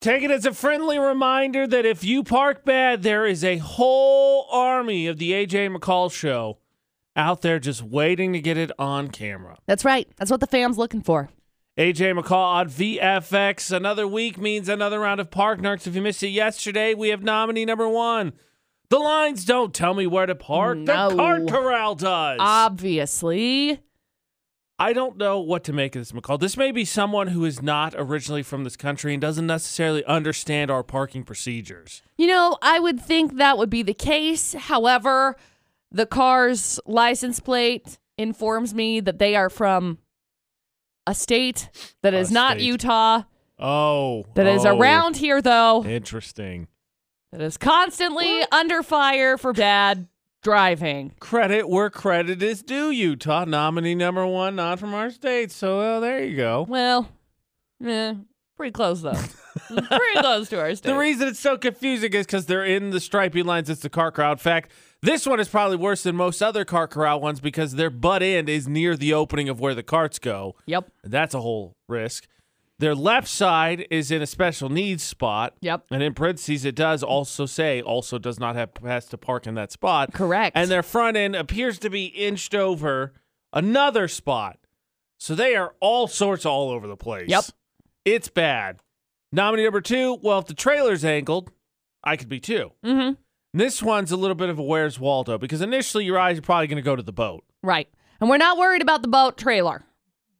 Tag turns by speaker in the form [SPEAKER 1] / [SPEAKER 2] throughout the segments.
[SPEAKER 1] Take it as a friendly reminder that if you park bad, there is a whole army of the AJ McCall show out there just waiting to get it on camera.
[SPEAKER 2] That's right. That's what the fam's looking for.
[SPEAKER 1] AJ McCall on VFX. Another week means another round of Park Narks. If you missed it yesterday, we have nominee number one. The lines don't tell me where to park. The
[SPEAKER 2] No. Uh,
[SPEAKER 1] cart corral does.
[SPEAKER 2] Obviously.
[SPEAKER 1] I don't know what to make of this, McCall. This may be someone who is not originally from this country and doesn't necessarily understand our parking procedures.
[SPEAKER 2] You know, I would think that would be the case. However, the car's license plate informs me that they are from a state that
[SPEAKER 1] A
[SPEAKER 2] is not
[SPEAKER 1] state.
[SPEAKER 2] Utah,
[SPEAKER 1] Oh,
[SPEAKER 2] That is
[SPEAKER 1] oh,
[SPEAKER 2] around here, though,
[SPEAKER 1] Interesting.
[SPEAKER 2] that is constantly under fire for bad driving.
[SPEAKER 1] Credit where credit is due. Utah nominee number one, not from our state. So uh, there you go.
[SPEAKER 2] Well, eh, pretty close, though. pretty close to our state.
[SPEAKER 1] The reason it's so confusing is because they're in the stripy lines. It's the car corral. In fact, this one is probably worse than most other car corral ones because their butt end is near the opening of where the carts go.
[SPEAKER 2] yep,
[SPEAKER 1] That's a whole risk. Their left side is in a special needs spot.
[SPEAKER 2] Yep.
[SPEAKER 1] And in parentheses, it does also say also does not have pass to park in that spot.
[SPEAKER 2] correct.
[SPEAKER 1] And their front end appears to be inched over another spot. So they are all sorts all over the place.
[SPEAKER 2] Yep.
[SPEAKER 1] It's bad. Nominee number two, well, if the trailer's angled, I could be two.
[SPEAKER 2] mm-hmm.
[SPEAKER 1] This one's a little bit of a where's Waldo because initially your eyes are probably going to go to the boat.
[SPEAKER 2] Right. And we're not worried about the boat trailer.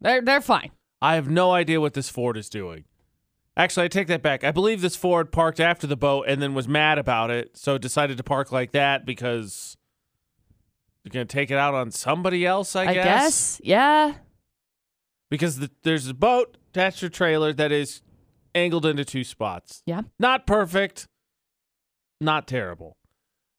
[SPEAKER 2] They're, they're fine.
[SPEAKER 1] I have no idea what this Ford is doing. Actually, I take that back. I believe this Ford parked after the boat and then was mad about it, so decided to park like that because you're going to take it out on somebody else, I,
[SPEAKER 2] I guess. Yeah.
[SPEAKER 1] Because the, there's a boat attached to a trailer that is angled into two spots.
[SPEAKER 2] Yeah.
[SPEAKER 1] Not perfect, not terrible.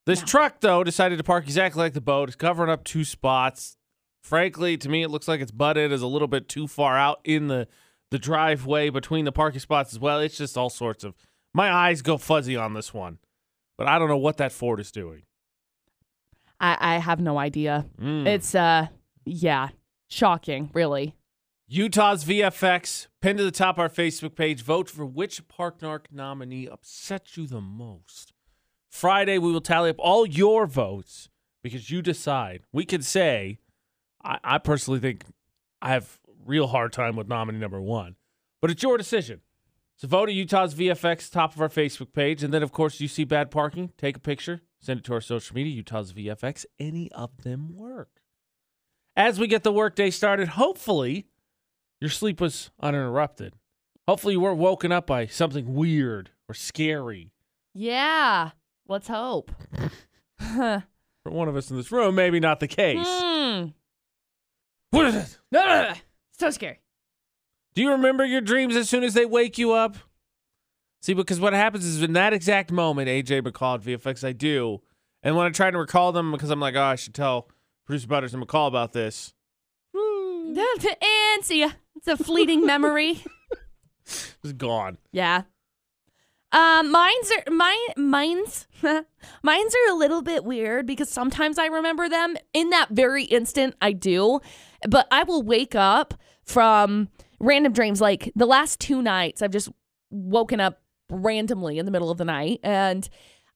[SPEAKER 1] This truck, though, decided to park exactly like the boat. It's covering up two spots. Frankly, to me, it looks like it's butted is a little bit too far out in the the driveway between the parking spots as well. It's just all sorts of. My eyes go fuzzy on this one, but I don't know what that Ford is doing.
[SPEAKER 2] I, I have no idea.
[SPEAKER 1] Mm.
[SPEAKER 2] It's uh yeah, shocking, really.
[SPEAKER 1] Utah's VFX pinned to the top of our Facebook page. Vote for which Parknark nominee upset you the most. Friday, we will tally up all your votes because you decide. We could say, I, I personally think I have real hard time with nominee number one, but it's your decision. So vote at Utah's VFX top of our Facebook page, and then of course you see bad parking, take a picture, send it to our social media, Utah's VFX. Any of them work. As we get the workday started, hopefully your sleep was uninterrupted. Hopefully, you weren't woken up by something weird or scary.
[SPEAKER 2] Yeah. Let's hope.
[SPEAKER 1] For one of us in this room, maybe not the case.
[SPEAKER 2] Mm.
[SPEAKER 1] What is it?
[SPEAKER 2] Ugh, so scary.
[SPEAKER 1] Do you remember your dreams as soon as they wake you up? See, because what happens is in that exact moment, AJ McCall at VFX, I do. And when I try to recall them, because I'm like, oh, I should tell producer Butters and McCall about this.
[SPEAKER 2] and see ya. It's a fleeting memory.
[SPEAKER 1] It's gone.
[SPEAKER 2] Yeah. Um, mine's are mine mine's mine's are a little bit weird because sometimes I remember them in that very instant I do, but I will wake up from random dreams. Like the last two nights, I've just woken up randomly in the middle of the night and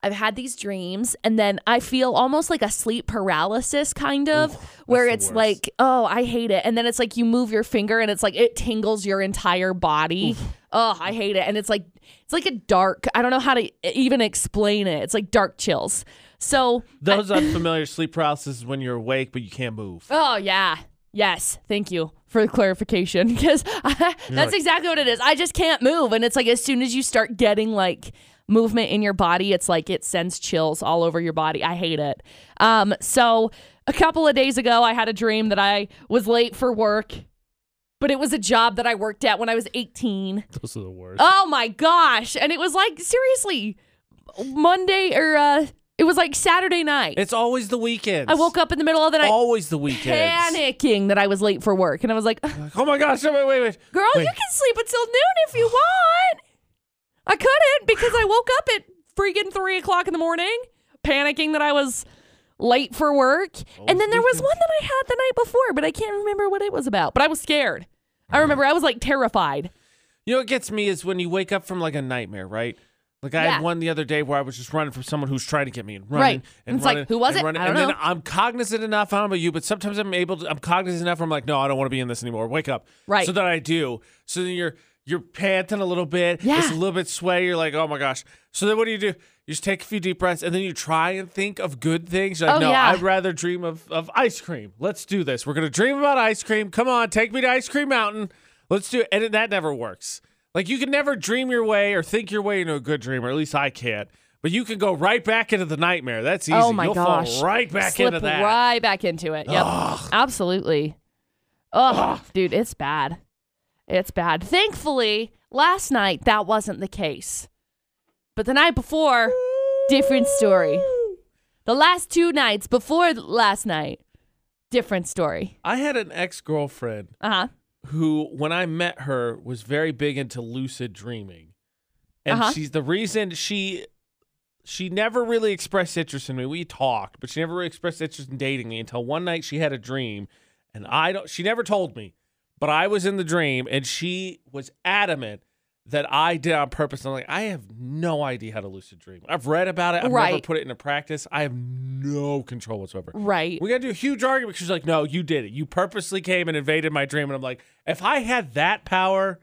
[SPEAKER 2] I've had these dreams and then I feel almost like a sleep paralysis kind of
[SPEAKER 1] Ooh, that's
[SPEAKER 2] where
[SPEAKER 1] the
[SPEAKER 2] it's
[SPEAKER 1] worst.
[SPEAKER 2] like, oh, I hate it. And then it's like you move your finger and it's like it tingles your entire body. Oh, I hate it. And it's like it's like a dark, I don't know how to even explain it. It's like dark chills. So
[SPEAKER 1] Those unfamiliar sleep paralysis is when you're awake, but you can't move.
[SPEAKER 2] Oh yeah. Yes. Thank you for the clarification because that's
[SPEAKER 1] like-
[SPEAKER 2] exactly what it is. I just can't move and it's like as soon as you start getting like movement in your body, it's like it sends chills all over your body. I hate it. Um so a couple of days ago I had a dream that I was late for work, but it was a job that I worked at when I was 18.
[SPEAKER 1] Those are the worst.
[SPEAKER 2] Oh my gosh. And it was like seriously Monday or uh it was like Saturday night.
[SPEAKER 1] It's always the weekends.
[SPEAKER 2] I woke up in the middle of the night
[SPEAKER 1] Always the weekends.
[SPEAKER 2] panicking that I was late for work. And I was like, girl,
[SPEAKER 1] Like, oh my gosh, wait, wait, wait. Wait.
[SPEAKER 2] you can sleep until noon if you want. I couldn't because I woke up at freaking three o'clock in the morning, panicking that I was late for work. and then there was one that I had the night before, but I can't remember what it was about. But I was scared. I remember I was like terrified.
[SPEAKER 1] You know what gets me is when you wake up from like a nightmare, right? Like I
[SPEAKER 2] Yeah.
[SPEAKER 1] had one the other day where I was just running from someone who's trying to get me and
[SPEAKER 2] Right.
[SPEAKER 1] running and
[SPEAKER 2] It's like,
[SPEAKER 1] running
[SPEAKER 2] who was
[SPEAKER 1] and
[SPEAKER 2] it?
[SPEAKER 1] running.
[SPEAKER 2] I don't
[SPEAKER 1] and
[SPEAKER 2] know.
[SPEAKER 1] then I'm cognizant enough. I don't know about you, but sometimes I'm able. To, I'm cognizant enough. I'm like, no, I don't want to be in this anymore. Wake up.
[SPEAKER 2] Right.
[SPEAKER 1] So that I do. So then you're you're panting a little bit. It's
[SPEAKER 2] Yeah.
[SPEAKER 1] a little bit sweaty. You're like, oh my gosh. So then what do you do? You just take a few deep breaths and then you try and think of good things. You're like,
[SPEAKER 2] Oh,
[SPEAKER 1] no,
[SPEAKER 2] yeah.
[SPEAKER 1] I'd rather dream of, of ice cream. Let's do this. We're gonna dream about ice cream. Come on, take me to Ice Cream Mountain. Let's do it. And it- that never works. Like you can never dream your way or think your way into a good dream, or at least I can't. But you can go right back into the nightmare. That's easy.
[SPEAKER 2] Oh my
[SPEAKER 1] You'll
[SPEAKER 2] gosh.
[SPEAKER 1] fall right back
[SPEAKER 2] Slip
[SPEAKER 1] into that. Oh,
[SPEAKER 2] Right back into it. Yep. Absolutely. Ugh, dude, it's bad. It's bad. Thankfully, last night that wasn't the case. But the night before, different story. The last two nights before th- last night, different story.
[SPEAKER 1] I had an ex girlfriend
[SPEAKER 2] Uh-huh.
[SPEAKER 1] who, when I met her, was very big into lucid dreaming, and
[SPEAKER 2] Uh-huh.
[SPEAKER 1] she's the reason she she never really expressed interest in me. We talked, but she never really expressed interest in dating me until one night she had a dream, and I don't. She never told me, but I was in the dream, and she was adamant that I did on purpose. I'm like, I have no idea how to lucid dream. I've read about it. I've never
[SPEAKER 2] Right.
[SPEAKER 1] put it into practice. I have no control whatsoever.
[SPEAKER 2] Right.
[SPEAKER 1] We got to do a huge argument because she's like, no, you did it. You purposely came and invaded my dream. And I'm like, if I had that power,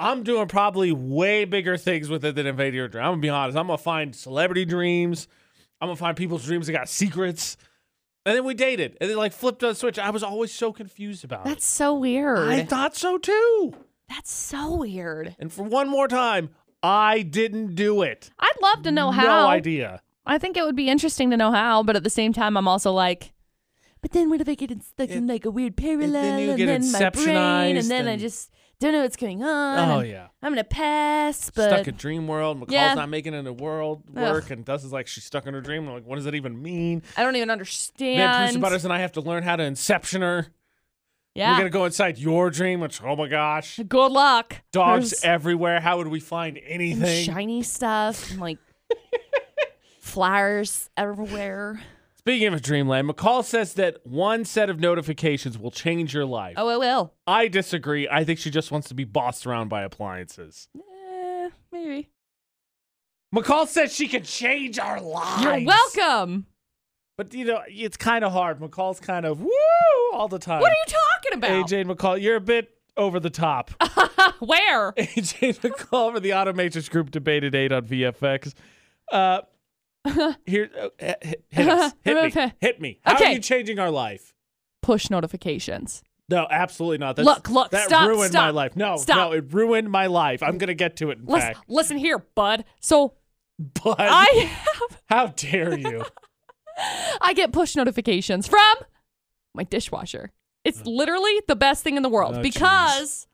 [SPEAKER 1] I'm doing probably way bigger things with it than invading your dream. I'm going to be honest. I'm going to find celebrity dreams. I'm going to find people's dreams that got secrets. And then we dated and then like flipped on a switch. I was always so confused about
[SPEAKER 2] That's so
[SPEAKER 1] it.
[SPEAKER 2] weird.
[SPEAKER 1] I thought so too.
[SPEAKER 2] That's so weird.
[SPEAKER 1] And for one more time, I didn't do it.
[SPEAKER 2] I'd love to know how.
[SPEAKER 1] No idea.
[SPEAKER 2] I think it would be interesting to know how, but at the same time, I'm also like, but then what if I get in- stuck in like a weird parallel,
[SPEAKER 1] you
[SPEAKER 2] and
[SPEAKER 1] get
[SPEAKER 2] then my brain, and
[SPEAKER 1] inceptionized
[SPEAKER 2] then I
[SPEAKER 1] and-
[SPEAKER 2] just don't know what's going on.
[SPEAKER 1] Oh,
[SPEAKER 2] and
[SPEAKER 1] yeah.
[SPEAKER 2] I'm gonna pass, but
[SPEAKER 1] stuck in dream world. McCall's
[SPEAKER 2] Yeah.
[SPEAKER 1] not making it in the world work, and Dustin's like she's stuck in her dream. I'm like, what does that even mean?
[SPEAKER 2] I don't even
[SPEAKER 1] then Producer
[SPEAKER 2] understand.
[SPEAKER 1] Butters and I have to learn how to inception her.
[SPEAKER 2] yeah,
[SPEAKER 1] We're gonna go inside your dream, which oh my gosh,
[SPEAKER 2] good luck.
[SPEAKER 1] dogs
[SPEAKER 2] There's
[SPEAKER 1] everywhere. How would we find
[SPEAKER 2] some
[SPEAKER 1] anything?
[SPEAKER 2] shiny stuff, and like flowers everywhere.
[SPEAKER 1] Speaking of dreamland, McCall says that one set of notifications will change your life.
[SPEAKER 2] Oh, it will.
[SPEAKER 1] I disagree. I think she just wants to be bossed around by appliances.
[SPEAKER 2] Eh, maybe.
[SPEAKER 1] McCall says she can change our lives.
[SPEAKER 2] You're welcome.
[SPEAKER 1] But you know, it's kind of hard. McCall's kind of woo all the time.
[SPEAKER 2] What are you talking about?
[SPEAKER 1] AJ and McCall, you're a bit over the top.
[SPEAKER 2] Where?
[SPEAKER 1] AJ and McCall for the Automatrix Group debate at 8 on VFX. Uh, here, uh, hit, hit us. Hit me. Hit me. How are
[SPEAKER 2] Okay.
[SPEAKER 1] you changing our life?
[SPEAKER 2] Push notifications.
[SPEAKER 1] No, absolutely not. That's,
[SPEAKER 2] Look, look,
[SPEAKER 1] That
[SPEAKER 2] stop,
[SPEAKER 1] ruined my
[SPEAKER 2] stop,
[SPEAKER 1] life. No,
[SPEAKER 2] stop.
[SPEAKER 1] no, it ruined my life. I'm going to get to it, in
[SPEAKER 2] Listen,
[SPEAKER 1] fact.
[SPEAKER 2] listen here, bud. So
[SPEAKER 1] But
[SPEAKER 2] I have
[SPEAKER 1] how dare you?
[SPEAKER 2] I get push notifications from my dishwasher. It's literally the best thing in the world
[SPEAKER 1] Uh. Oh,
[SPEAKER 2] because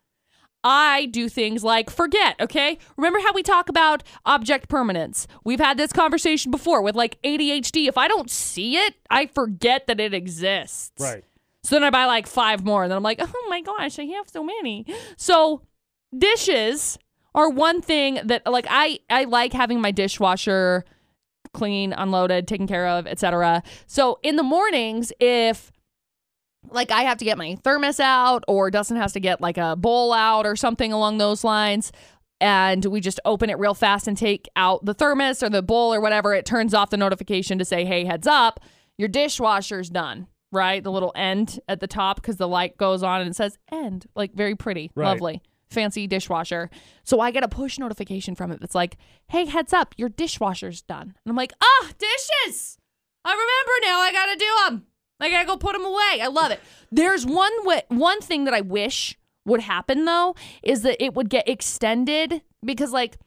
[SPEAKER 2] I do things like forget, okay? Remember how we talk about object permanence? We've had this conversation before with like ADHD. If I don't see it, I forget that it exists.
[SPEAKER 1] right.
[SPEAKER 2] So then I buy like five more, and then I'm like, oh my gosh, I have so many. So dishes are one thing that like I I like having my dishwasher clean, unloaded, taken care of, etc. So in the mornings, if like I have to get my thermos out, or Dustin has to get like a bowl out or something along those lines. And we just open it real fast and take out the thermos or the bowl or whatever. It turns off the notification to say, hey, heads up, your dishwasher's done, right? The little end at the top because the light goes on and it says end, like very pretty,
[SPEAKER 1] Right.
[SPEAKER 2] lovely, fancy dishwasher. So I get a push notification from it that's like, hey, heads up, your dishwasher's done. And I'm like, ah, dishes. I remember now. I gotta do them. I gotta go put them away. I love it. There's one wa one thing that I wish would happen though is that it would get extended because like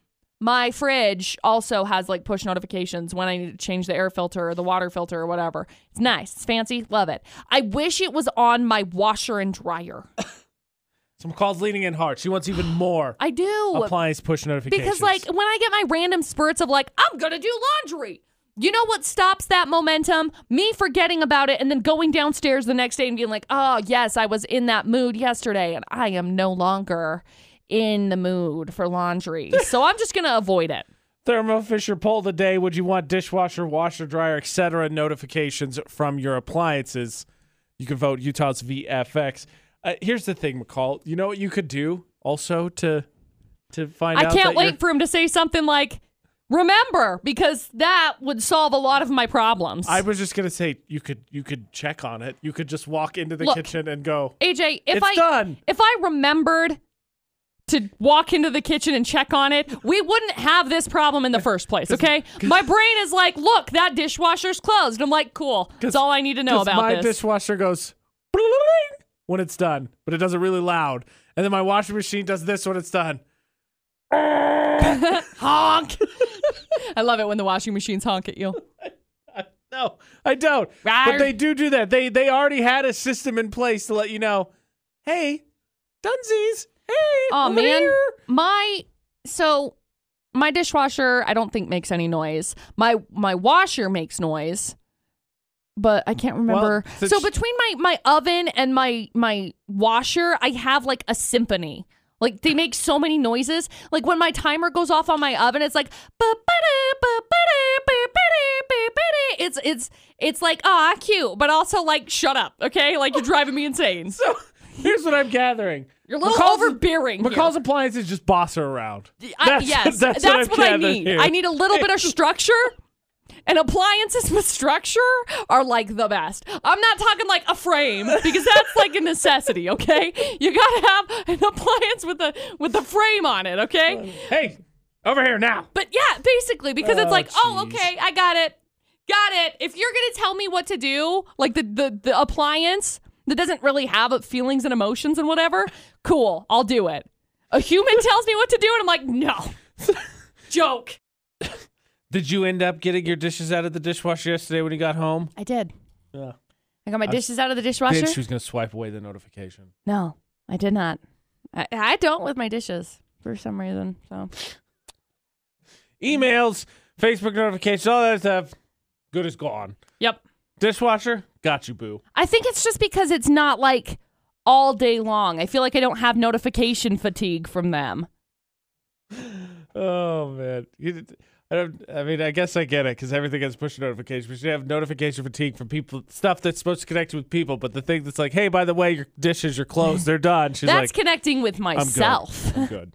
[SPEAKER 2] my fridge also has like push notifications when I need to change the air filter or the water filter or whatever. It's nice. It's fancy. Love it. I wish it was on my washer and dryer.
[SPEAKER 1] So McCall's leaning in hard. She wants even more
[SPEAKER 2] I do.
[SPEAKER 1] appliance push notifications.
[SPEAKER 2] Because like when I get my random spurts of like I'm gonna do laundry, you know what stops that momentum? Me forgetting about it and then going downstairs the next day and being like, oh yes, I was in that mood yesterday and I am no longer in the mood for laundry, so I'm just gonna avoid it.
[SPEAKER 1] Thermo Fisher poll today. Would you want dishwasher, washer, dryer, etc. notifications from your appliances? You can vote Utah's VFX. Uh, here's the thing, McCall. You know what you could do also to to find
[SPEAKER 2] I
[SPEAKER 1] out.
[SPEAKER 2] can't
[SPEAKER 1] that
[SPEAKER 2] wait
[SPEAKER 1] you're-
[SPEAKER 2] for him to say something like, remember, because that would solve a lot of my problems.
[SPEAKER 1] I was just gonna say you could you could check on it. You could just walk into the
[SPEAKER 2] Look.
[SPEAKER 1] kitchen and go.
[SPEAKER 2] AJ, if
[SPEAKER 1] It's
[SPEAKER 2] I
[SPEAKER 1] done.
[SPEAKER 2] if I remembered to walk into the kitchen and check on it, we wouldn't have this problem in the first place, okay? My brain is like, look, that dishwasher's closed. I'm like, cool. That's all I need to know
[SPEAKER 1] 'Cause
[SPEAKER 2] about
[SPEAKER 1] my
[SPEAKER 2] this.
[SPEAKER 1] dishwasher goes "Bling," when it's done, but it does it really loud, and then my washing machine does this when it's done.
[SPEAKER 2] honk. I love it when the washing machines honk at you.
[SPEAKER 1] No, I don't. But
[SPEAKER 2] Rawr.
[SPEAKER 1] they do do that. They they already had a system in place to let you know, hey, Dunsies, hey,
[SPEAKER 2] Oh
[SPEAKER 1] over
[SPEAKER 2] man,
[SPEAKER 1] here."
[SPEAKER 2] my so my dishwasher I don't think makes any noise. My my washer makes noise, but I can't remember.
[SPEAKER 1] since-
[SPEAKER 2] so between my my oven and my my washer, I have like a symphony. Like they make so many noises. Like when my timer goes off on my oven, it's like "Ba-ba-da, ba-ba-da, ba-ba-da, ba-ba-da." it's it's it's like ah cute, but also like shut up, okay? Like you're driving me insane.
[SPEAKER 1] So here's what I'm gathering.
[SPEAKER 2] You're a little
[SPEAKER 1] McCall's-
[SPEAKER 2] overbearing. here.
[SPEAKER 1] McCall's appliances just boss her around.
[SPEAKER 2] I, yes, that's,
[SPEAKER 1] I'm
[SPEAKER 2] what, I
[SPEAKER 1] gathering
[SPEAKER 2] need.
[SPEAKER 1] here.
[SPEAKER 2] I need a little bit of structure. And appliances with structure are like the best. I'm not talking like a frame because that's like a necessity, okay? You gotta have an appliance with a with a frame on it, okay?
[SPEAKER 1] Hey, over here now.
[SPEAKER 2] But yeah, basically because it's
[SPEAKER 1] Oh,
[SPEAKER 2] like, oh,
[SPEAKER 1] jeez.
[SPEAKER 2] okay, I got it, got it. If you're gonna tell me what to do, like the the, the appliance that doesn't really have uh, feelings and emotions and whatever, cool, I'll do it. A human tells me what to do, and I'm like, no, joke.
[SPEAKER 1] Did you end up getting your dishes out of the dishwasher yesterday when you got home?
[SPEAKER 2] I did.
[SPEAKER 1] Yeah.
[SPEAKER 2] I got my dishes out of the
[SPEAKER 1] Then
[SPEAKER 2] dishwasher.
[SPEAKER 1] she was gonna swipe away the notification.
[SPEAKER 2] No, I did not. I, I don't with my dishes for some reason. So
[SPEAKER 1] Emails, Facebook notifications, all that stuff. Good is gone.
[SPEAKER 2] yep.
[SPEAKER 1] Dishwasher, got you, boo.
[SPEAKER 2] I think it's just because it's not like all day long. I feel like I don't have notification fatigue from them.
[SPEAKER 1] Oh man, You- I don't. I mean, I guess I get it because everything has push notifications. But you have notification fatigue from people, stuff that's supposed to connect you with people. But the thing that's like, hey, by the way, your dishes, your clothes, they're done. She's
[SPEAKER 2] That's
[SPEAKER 1] like,
[SPEAKER 2] connecting with
[SPEAKER 1] I'm good.
[SPEAKER 2] myself,
[SPEAKER 1] I'm good.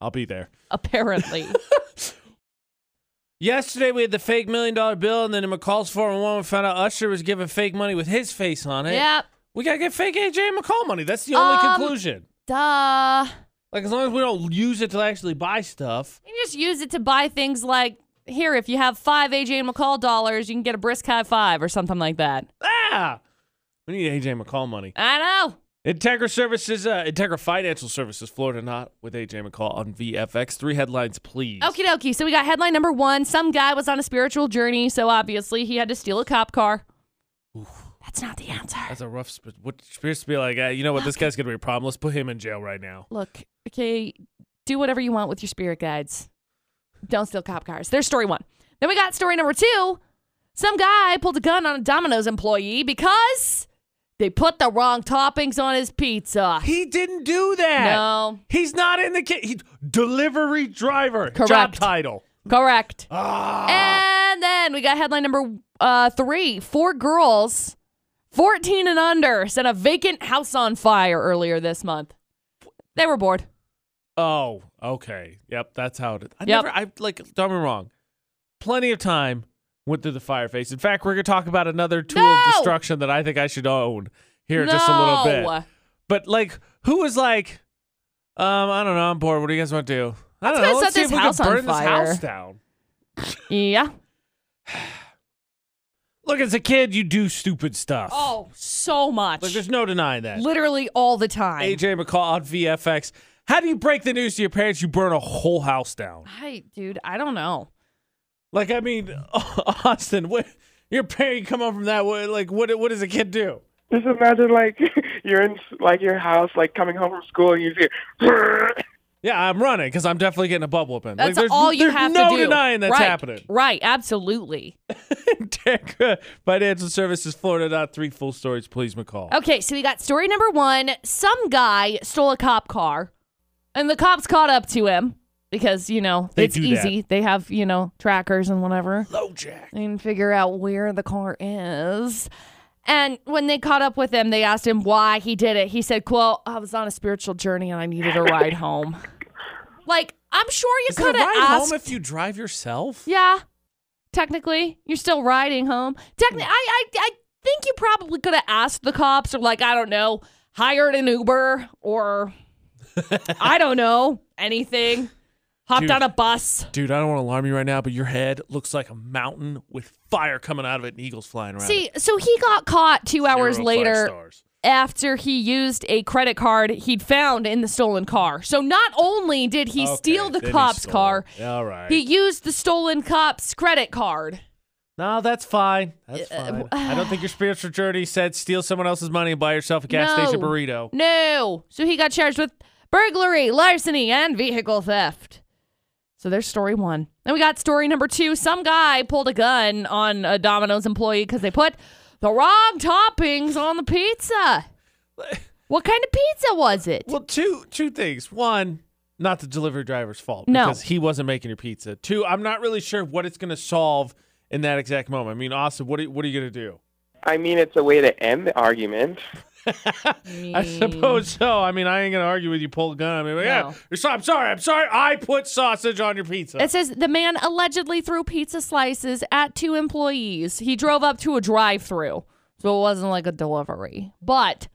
[SPEAKER 1] I'll be there.
[SPEAKER 2] apparently.
[SPEAKER 1] Yesterday we had the fake million dollar bill, and then in McCall's 411 we found out Usher was giving fake money with his face on it.
[SPEAKER 2] yep.
[SPEAKER 1] We gotta get fake AJ and McCall money. That's the only
[SPEAKER 2] Um,
[SPEAKER 1] conclusion.
[SPEAKER 2] Duh.
[SPEAKER 1] Like as long as we don't use it to actually buy stuff.
[SPEAKER 2] You just use it to buy things like here, if you have five AJ and McCall dollars, you can get a brisk high five or something like that.
[SPEAKER 1] Ah, we need AJ and McCall money.
[SPEAKER 2] I know.
[SPEAKER 1] Integra Services, uh, Integra Financial Services, Florida Not, with AJ McCall on VFX. Three headlines, please.
[SPEAKER 2] Okie dokie. So we got headline number one. Some guy was on a spiritual journey, so obviously he had to steal a cop car. That's not the answer.
[SPEAKER 1] That's a rough. Sp- what appears to be like, uh, you know what? This guy's gonna be a problem. Let's put him in jail right now.
[SPEAKER 2] Look, okay, do whatever you want with your spirit guides. Don't steal cop cars. There's story one. Then we got story number two. Some guy pulled a gun on a Domino's employee because they put the wrong toppings on his pizza.
[SPEAKER 1] He didn't do that.
[SPEAKER 2] No.
[SPEAKER 1] he's not in the case. He- delivery driver. Job
[SPEAKER 2] Correct.
[SPEAKER 1] title.
[SPEAKER 2] Correct.
[SPEAKER 1] Ah,
[SPEAKER 2] And then we got headline number uh, three. Four girls, 14 and under, set a vacant house on fire earlier this month. They were bored.
[SPEAKER 1] oh, okay. Yep, that's how it is. I
[SPEAKER 2] Yep.
[SPEAKER 1] never. I like. Don't get me wrong. Plenty of time went through the fire face. In fact, we're gonna talk about another tool of
[SPEAKER 2] No!
[SPEAKER 1] destruction that I think I should own here in just a little bit.
[SPEAKER 2] No.
[SPEAKER 1] But like, who was like, um, I don't know, I'm bored. What do you guys want to do? I don't
[SPEAKER 2] Let's go
[SPEAKER 1] know.
[SPEAKER 2] set
[SPEAKER 1] Let's see
[SPEAKER 2] this
[SPEAKER 1] if we can
[SPEAKER 2] house on
[SPEAKER 1] burn this
[SPEAKER 2] fire."
[SPEAKER 1] house down.
[SPEAKER 2] Yeah.
[SPEAKER 1] Look, as a kid, you do stupid stuff.
[SPEAKER 2] Oh, so much.
[SPEAKER 1] like there's no denying that.
[SPEAKER 2] Literally all the time.
[SPEAKER 1] AJ McCall on VFX. How do you break the news to your parents? You burn a whole house down.
[SPEAKER 2] I, dude, I don't know.
[SPEAKER 1] Like, I mean, Austin, what? Your parent come home from that. What, like, what? What does a kid do?
[SPEAKER 3] Just imagine like you're in like your house, like coming home from school, and you hear.
[SPEAKER 1] Yeah, I'm running because I'm definitely getting a butt whooping.
[SPEAKER 2] That's
[SPEAKER 1] like, there's,
[SPEAKER 2] all you
[SPEAKER 1] there's
[SPEAKER 2] have
[SPEAKER 1] no
[SPEAKER 2] to do.
[SPEAKER 1] denying that's
[SPEAKER 2] right.
[SPEAKER 1] happening.
[SPEAKER 2] Right. Absolutely.
[SPEAKER 1] Integra Financial Services, Florida. Dot three full stories, please, McCall.
[SPEAKER 2] Okay, so we got story number one. Some guy stole a cop car, and the cops caught up to him because, you know,
[SPEAKER 1] They
[SPEAKER 2] it's
[SPEAKER 1] do that.
[SPEAKER 2] easy. They have, you know, trackers and whatever.
[SPEAKER 1] Low jack.
[SPEAKER 2] They can figure out where the car is. And when they caught up with him, they asked him why he did it. He said, quote, I was on a spiritual journey and I needed a ride home. Like, I'm sure you
[SPEAKER 1] Is it a
[SPEAKER 2] could have
[SPEAKER 1] ride
[SPEAKER 2] asked.
[SPEAKER 1] home if you drive yourself?
[SPEAKER 2] yeah, technically, you're still riding home. Technically, I, I, I think you probably could have asked the cops or like I don't know, hired an Uber or I don't know anything. Hopped
[SPEAKER 1] Dude.
[SPEAKER 2] on a bus.
[SPEAKER 1] Dude, I don't want to alarm you right now, but your head looks like a mountain with fire coming out of it and eagles flying around. it.
[SPEAKER 2] See, so he got caught two hours
[SPEAKER 1] Zero five
[SPEAKER 2] later
[SPEAKER 1] stars.
[SPEAKER 2] after he used a credit card he'd found in the stolen car. So not only did he
[SPEAKER 1] Okay,
[SPEAKER 2] steal the
[SPEAKER 1] then he
[SPEAKER 2] cop's
[SPEAKER 1] stole.
[SPEAKER 2] car,
[SPEAKER 1] All right.
[SPEAKER 2] he used the stolen cop's credit card.
[SPEAKER 1] no, that's fine.
[SPEAKER 2] Uh,
[SPEAKER 1] That's fine. I don't think your spiritual journey said steal someone else's money and buy yourself a gas station
[SPEAKER 2] No.
[SPEAKER 1] burrito.
[SPEAKER 2] No. So he got charged with burglary, larceny, and vehicle theft. So there's story one. Then we got story number two. Some guy pulled a gun on a Domino's employee because they put the wrong toppings on the pizza. What kind of pizza was it?
[SPEAKER 1] Well, two two things. One, not the delivery driver's fault
[SPEAKER 2] No.
[SPEAKER 1] because he wasn't making your pizza. Two, I'm not really sure what it's going to solve in that exact moment. I mean, Austin, what are, what are you going to do?
[SPEAKER 3] I mean, it's a way to end the argument.
[SPEAKER 1] I suppose so. I mean, I ain't going to argue with you. Pull a gun. I mean, yeah,
[SPEAKER 2] No.
[SPEAKER 1] you're so- I'm sorry. I'm sorry. I put sausage on your pizza.
[SPEAKER 2] It says the man allegedly threw pizza slices at two employees. He drove up to a drive through, so it wasn't like a delivery. But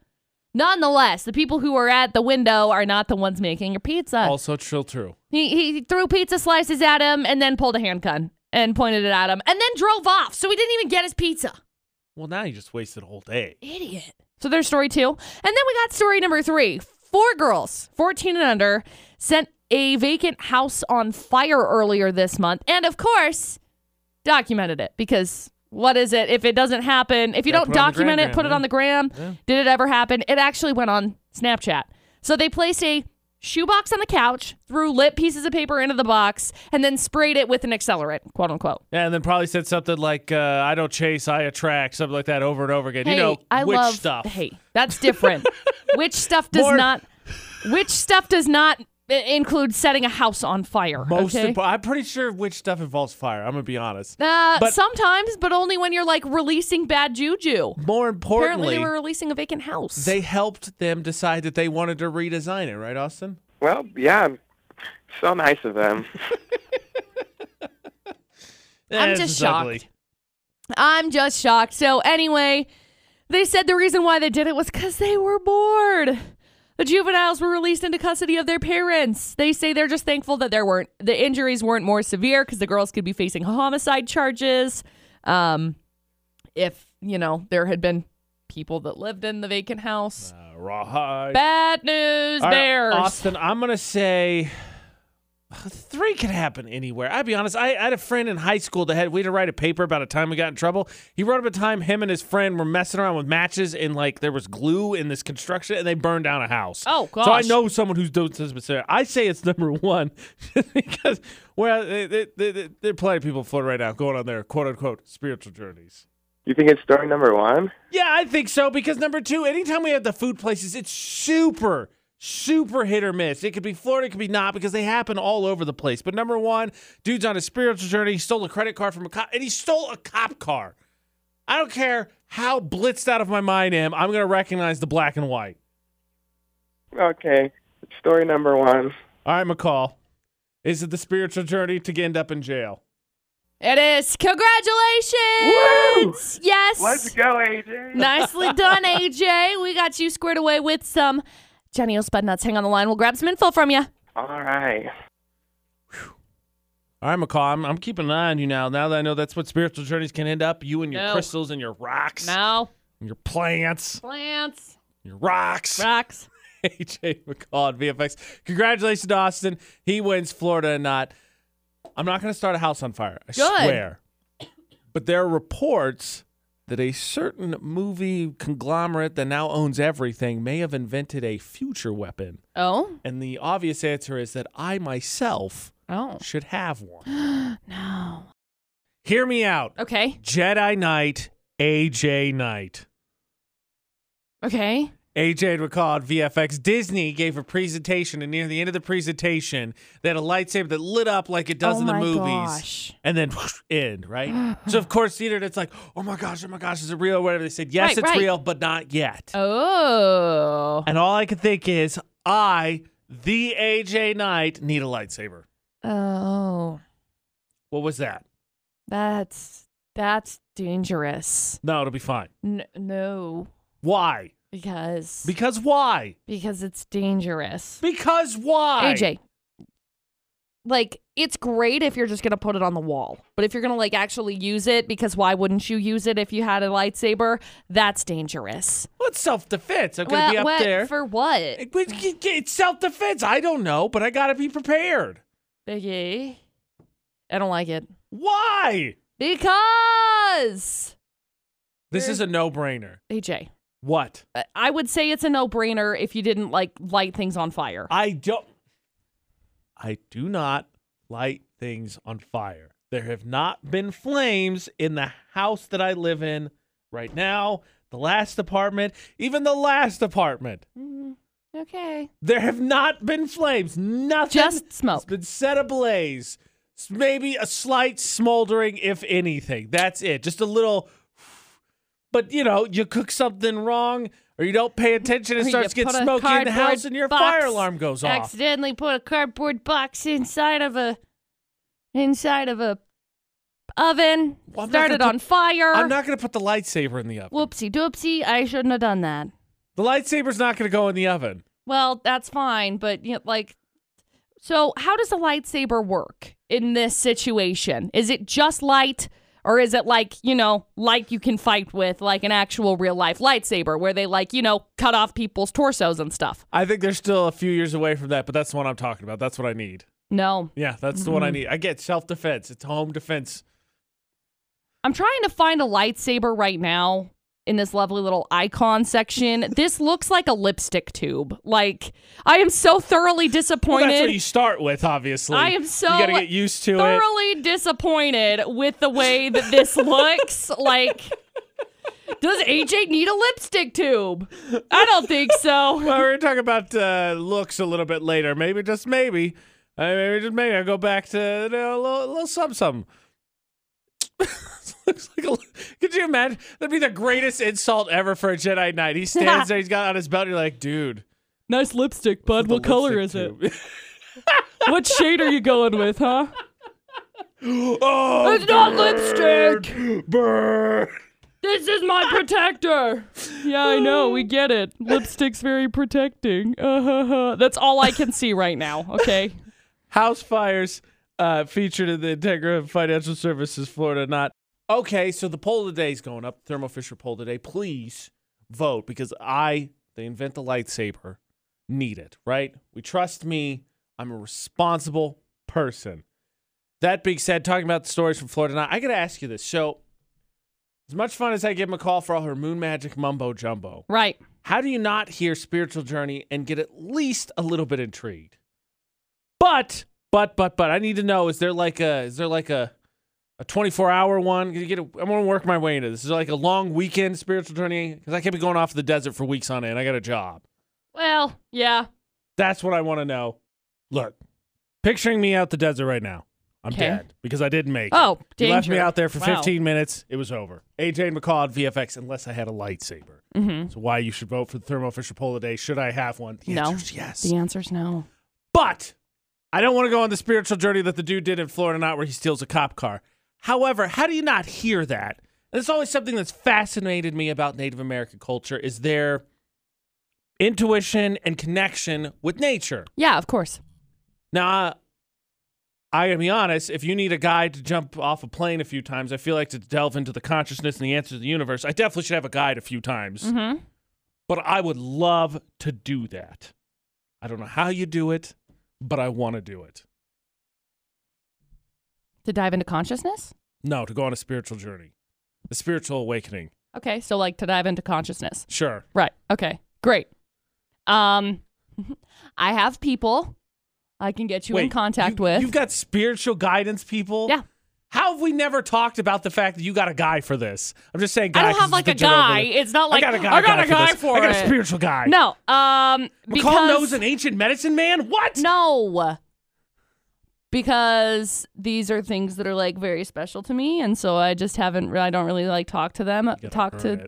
[SPEAKER 2] nonetheless, the people who are at the window are not the ones making your pizza.
[SPEAKER 1] also, chill true.
[SPEAKER 2] He, he threw pizza slices at him and then pulled a handgun and pointed it at him and then drove off, so he didn't even get his pizza.
[SPEAKER 1] Well, now you just wasted a whole day.
[SPEAKER 2] Idiot. So there's story two. And then we got story number three. Four girls, 14 and under, sent a vacant house on fire earlier this month. And of course, documented it because what is it if it doesn't happen? If you
[SPEAKER 1] Gotta put it on
[SPEAKER 2] don't
[SPEAKER 1] the
[SPEAKER 2] document
[SPEAKER 1] gram,
[SPEAKER 2] it, put
[SPEAKER 1] gram,
[SPEAKER 2] it on the gram. Did it ever happen? It actually went on Snapchat. So they placed a shoebox on the couch, threw lit pieces of paper into the box, and then sprayed it with an accelerant, quote unquote.
[SPEAKER 1] Yeah, and then probably said something like, uh, I don't chase, I attract, something like that over and over again. you
[SPEAKER 2] Hey,
[SPEAKER 1] know,
[SPEAKER 2] I
[SPEAKER 1] witch
[SPEAKER 2] love,
[SPEAKER 1] stuff.
[SPEAKER 2] Hey, that's different. which stuff does
[SPEAKER 1] More-
[SPEAKER 2] not? Which stuff does not i- include setting a house on fire?
[SPEAKER 1] Most
[SPEAKER 2] okay.
[SPEAKER 1] impo- I'm pretty sure witch stuff involves fire. I'm going to be honest.
[SPEAKER 2] uh,
[SPEAKER 1] but-
[SPEAKER 2] sometimes, but only when you're like releasing bad juju.
[SPEAKER 1] More
[SPEAKER 2] Apparently,
[SPEAKER 1] importantly,
[SPEAKER 2] they were releasing a vacant house.
[SPEAKER 1] They helped them decide that they wanted to redesign it, right, Austin?
[SPEAKER 3] Well, yeah, so nice of them.
[SPEAKER 2] I'm
[SPEAKER 1] Eh,
[SPEAKER 2] just
[SPEAKER 1] this is
[SPEAKER 2] shocked.
[SPEAKER 1] ugly.
[SPEAKER 2] I'm just shocked. So anyway, they said the reason why they did it was because they were bored. The juveniles were released into custody of their parents. They say they're just thankful that there weren't the injuries weren't more severe because the girls could be facing homicide charges. Um, if you know there had been people that lived in the vacant house.
[SPEAKER 1] Uh, rawhide.
[SPEAKER 2] Bad news,
[SPEAKER 1] All right,
[SPEAKER 2] bears.
[SPEAKER 1] Austin, I'm gonna say uh, three could happen anywhere. I'd be honest. I, I had a friend in high school that had we had to write a paper about a time we got in trouble. He wrote up a time him and his friend were messing around with matches and like there was glue in this construction and they burned down a house.
[SPEAKER 2] Oh,
[SPEAKER 1] So I
[SPEAKER 2] gosh.
[SPEAKER 1] know someone who's doing this material. I say it's number one because well, they- they- they- they- there are plenty of people floating right now going on their quote unquote spiritual journeys.
[SPEAKER 3] You think it's story number one?
[SPEAKER 1] Yeah, I think so because number two, anytime we have the food places, it's super, super hit or miss. It could be Florida, it could be not because they happen all over the place. But number one, dude's on a spiritual journey. He stole a credit card from a cop, and he stole a cop car. I don't care how blitzed out of my mind I am. I'm gonna recognize the black and white.
[SPEAKER 3] Okay, it's story number one.
[SPEAKER 1] All right, McCall, is it the spiritual journey to end up in jail?
[SPEAKER 2] it is. Congratulations. Yes.
[SPEAKER 3] Let's go, AJ.
[SPEAKER 2] Nicely done, AJ. We got you squared away with some Jenny Spud nuts. Hang on the line. We'll grab some info from you.
[SPEAKER 3] All right.
[SPEAKER 1] All right, McCall, I'm, I'm keeping an eye on you now. Now that I know that's what spiritual journeys can end up, you and your
[SPEAKER 2] No.
[SPEAKER 1] crystals and your rocks,
[SPEAKER 2] No.
[SPEAKER 1] and your plants,
[SPEAKER 2] Plants.
[SPEAKER 1] your rocks.
[SPEAKER 2] Rocks.
[SPEAKER 1] AJ McCall at VFX. Congratulations, to Austin. He wins Florida and not. I'm not going to start a house on fire. I
[SPEAKER 2] Good.
[SPEAKER 1] swear. But there are reports that a certain movie conglomerate that now owns everything may have invented a future weapon.
[SPEAKER 2] Oh.
[SPEAKER 1] And the obvious answer is that I myself
[SPEAKER 2] Oh.
[SPEAKER 1] should have one.
[SPEAKER 2] No.
[SPEAKER 1] Hear me out.
[SPEAKER 2] Okay.
[SPEAKER 1] Jedi Knight, AJ Knight.
[SPEAKER 2] Okay.
[SPEAKER 1] AJ and McCall at VFX. Disney gave a presentation, and near the end of the presentation, they had a lightsaber that lit up like it does
[SPEAKER 2] oh
[SPEAKER 1] in the
[SPEAKER 2] my
[SPEAKER 1] movies.
[SPEAKER 2] Gosh.
[SPEAKER 1] And then end, right? so, of course, the internet's like, oh my gosh, oh my gosh, is it real? Whatever. They said, yes,
[SPEAKER 2] Right, Oh.
[SPEAKER 1] it's
[SPEAKER 2] right.
[SPEAKER 1] real, but not yet.
[SPEAKER 2] Oh.
[SPEAKER 1] And all I could think is, I the AJ Knight need a lightsaber?
[SPEAKER 2] Oh,
[SPEAKER 1] What was that?
[SPEAKER 2] that's that's dangerous.
[SPEAKER 1] No, it'll be fine.
[SPEAKER 2] N- no,
[SPEAKER 1] Why?
[SPEAKER 2] because
[SPEAKER 1] Because why?
[SPEAKER 2] because it's dangerous.
[SPEAKER 1] Because why?
[SPEAKER 2] AJ, like it's great if you're just gonna put it on the wall, but if you're gonna like actually use it, because why wouldn't you use it if you had a lightsaber? That's dangerous.
[SPEAKER 1] Well, it's self defense. I'm going to be up
[SPEAKER 2] what,
[SPEAKER 1] there.
[SPEAKER 2] for what?
[SPEAKER 1] It- it- It's self defense. I don't know, but I got to be prepared.
[SPEAKER 2] Okay. I don't like it
[SPEAKER 1] Why?
[SPEAKER 2] because
[SPEAKER 1] This
[SPEAKER 2] Sure.
[SPEAKER 1] is a no brainer.
[SPEAKER 2] AJ,
[SPEAKER 1] What?
[SPEAKER 2] I- I would say it's a no-brainer if you didn't like light things on fire.
[SPEAKER 1] I don't. I do not light things on fire. There have not been flames in the house that I live in right now, the last apartment, even the last apartment.
[SPEAKER 2] Okay.
[SPEAKER 1] There have not been flames. Nothing.
[SPEAKER 2] Just
[SPEAKER 1] It's
[SPEAKER 2] smoke.
[SPEAKER 1] been set ablaze. S- Maybe a slight smoldering, if anything. That's it. Just a little. But you know, you cook something wrong, or you don't pay attention,
[SPEAKER 2] Or
[SPEAKER 1] it
[SPEAKER 2] you
[SPEAKER 1] starts getting
[SPEAKER 2] put a
[SPEAKER 1] smoky in the house,
[SPEAKER 2] cardboard
[SPEAKER 1] and your
[SPEAKER 2] box
[SPEAKER 1] fire alarm goes off.
[SPEAKER 2] Accidentally put a cardboard box inside of a inside of a oven.
[SPEAKER 1] Well, I'm not
[SPEAKER 2] started
[SPEAKER 1] gonna
[SPEAKER 2] on fire.
[SPEAKER 1] I'm not gonna put the lightsaber in the oven.
[SPEAKER 2] Whoopsie doopsie! I shouldn't have done that.
[SPEAKER 1] the lightsaber's not gonna go in the oven.
[SPEAKER 2] Well, that's fine, but you know, like, so how does the lightsaber work in this situation? Is it just light, or is it like you know, like you can fight with, like an actual real life lightsaber, where they like you know cut off people's torsos and stuff?
[SPEAKER 1] I think they're still a few years away from that, but that's the one I'm talking about. That's what I need.
[SPEAKER 2] No,
[SPEAKER 1] Yeah, that's the
[SPEAKER 2] Mm-hmm.
[SPEAKER 1] one I need. I get self defense. It's home defense.
[SPEAKER 2] I'm trying to find a lightsaber right now in this lovely little icon section. This looks like a lipstick tube. Like I am so thoroughly
[SPEAKER 1] Well,
[SPEAKER 2] disappointed.
[SPEAKER 1] that's what you start with, obviously.
[SPEAKER 2] I am so
[SPEAKER 1] you gotta get used to it.
[SPEAKER 2] thoroughly disappointed with the way that this looks. like, does AJ need a lipstick tube? I don't think so.
[SPEAKER 1] Well, we're gonna talk about uh, looks a little bit later. Maybe just maybe, uh, maybe just maybe I go back to you know, a little, a little something. something. Looks like a, li- could you imagine? That'd be the greatest insult ever for a Jedi Knight. He stands there, he's got on his belt, and you're like, dude.
[SPEAKER 2] Nice lipstick, bud. What color is it? What shade are you going with, huh?
[SPEAKER 1] it? oh,
[SPEAKER 2] It's not
[SPEAKER 1] burn,
[SPEAKER 2] lipstick.
[SPEAKER 1] Burn.
[SPEAKER 2] This is my protector. Yeah, I know. We get it. Lipstick's very protecting. Uh-huh. That's all I can see right now. Okay.
[SPEAKER 1] House fires uh, featured in the Integra Financial Services Florida not. Okay, so the poll today is going up. Thermo Fisher poll today. Please vote because I, they invent the lightsaber, need it, right? We trust me. I'm a responsible person. That being said, talking about the stories from Florida Not, I got to ask you this. So, as much fun as I give McCall for all her moon magic mumbo jumbo,
[SPEAKER 2] Right.
[SPEAKER 1] how do you not hear spiritual journey and get at least a little bit intrigued? But but but but I need to know is there like a is there like a a 24 hour one? Can you get a, I'm gonna work my way into this. Is there like a long weekend spiritual journey? Because I can't be going off to the desert for weeks on end. I got a job.
[SPEAKER 2] Well, yeah.
[SPEAKER 1] That's what I want to know. Look, picturing me out the desert right now. I'm
[SPEAKER 2] 'Kay.
[SPEAKER 1] dead because I didn't make it.
[SPEAKER 2] Oh,
[SPEAKER 1] You left me
[SPEAKER 2] danger.
[SPEAKER 1] out there for
[SPEAKER 2] Wow.
[SPEAKER 1] 15 minutes. It was over. AJ and McCall at VFX, unless I had a lightsaber.
[SPEAKER 2] Mm-hmm.
[SPEAKER 1] So why you should vote for the Thermo Fisher poll today? Should I have one? The
[SPEAKER 2] No.
[SPEAKER 1] answer's yes.
[SPEAKER 2] The answer's no.
[SPEAKER 1] But I don't want to go on the spiritual journey that the dude did in Florida, not where he steals a cop car. However, how do you not hear that? And it's always something that's fascinated me about Native American culture is their intuition and connection with nature.
[SPEAKER 2] Yeah, of course.
[SPEAKER 1] Now, I, I gotta be honest. If you need a guide to jump off a plane a few times, I feel like to delve into the consciousness and the answers of the universe. I definitely should have a guide a few times
[SPEAKER 2] Mm-hmm.
[SPEAKER 1] but I would love to do that. I don't know how you do it, but I want to do it.
[SPEAKER 2] To dive into consciousness?
[SPEAKER 1] No, to go on a spiritual journey, a spiritual awakening.
[SPEAKER 2] Okay, so like to dive into consciousness.
[SPEAKER 1] Sure.
[SPEAKER 2] Right. Okay. Great. Um I have people I can get you in
[SPEAKER 1] Wait,
[SPEAKER 2] contact
[SPEAKER 1] you-
[SPEAKER 2] with.
[SPEAKER 1] You've got spiritual guidance people.
[SPEAKER 2] Yeah.
[SPEAKER 1] How have we never talked about the fact that you got a guy for this? I'm just saying, guy,
[SPEAKER 2] I don't
[SPEAKER 1] 'cause
[SPEAKER 2] have
[SPEAKER 1] it's
[SPEAKER 2] like
[SPEAKER 1] the
[SPEAKER 2] a
[SPEAKER 1] general
[SPEAKER 2] guy.
[SPEAKER 1] belief.
[SPEAKER 2] It's not like
[SPEAKER 1] I got a guy,
[SPEAKER 2] I got a guy
[SPEAKER 1] this.
[SPEAKER 2] for
[SPEAKER 1] I got a
[SPEAKER 2] it.
[SPEAKER 1] spiritual guy.
[SPEAKER 2] No. Um
[SPEAKER 1] McCall
[SPEAKER 2] because
[SPEAKER 1] knows an ancient medicine man. What?
[SPEAKER 2] No. Because these are things that are like very special to me and so I just haven't I don't really like talk to them
[SPEAKER 1] gotta
[SPEAKER 2] talk
[SPEAKER 1] earn
[SPEAKER 2] to
[SPEAKER 1] it.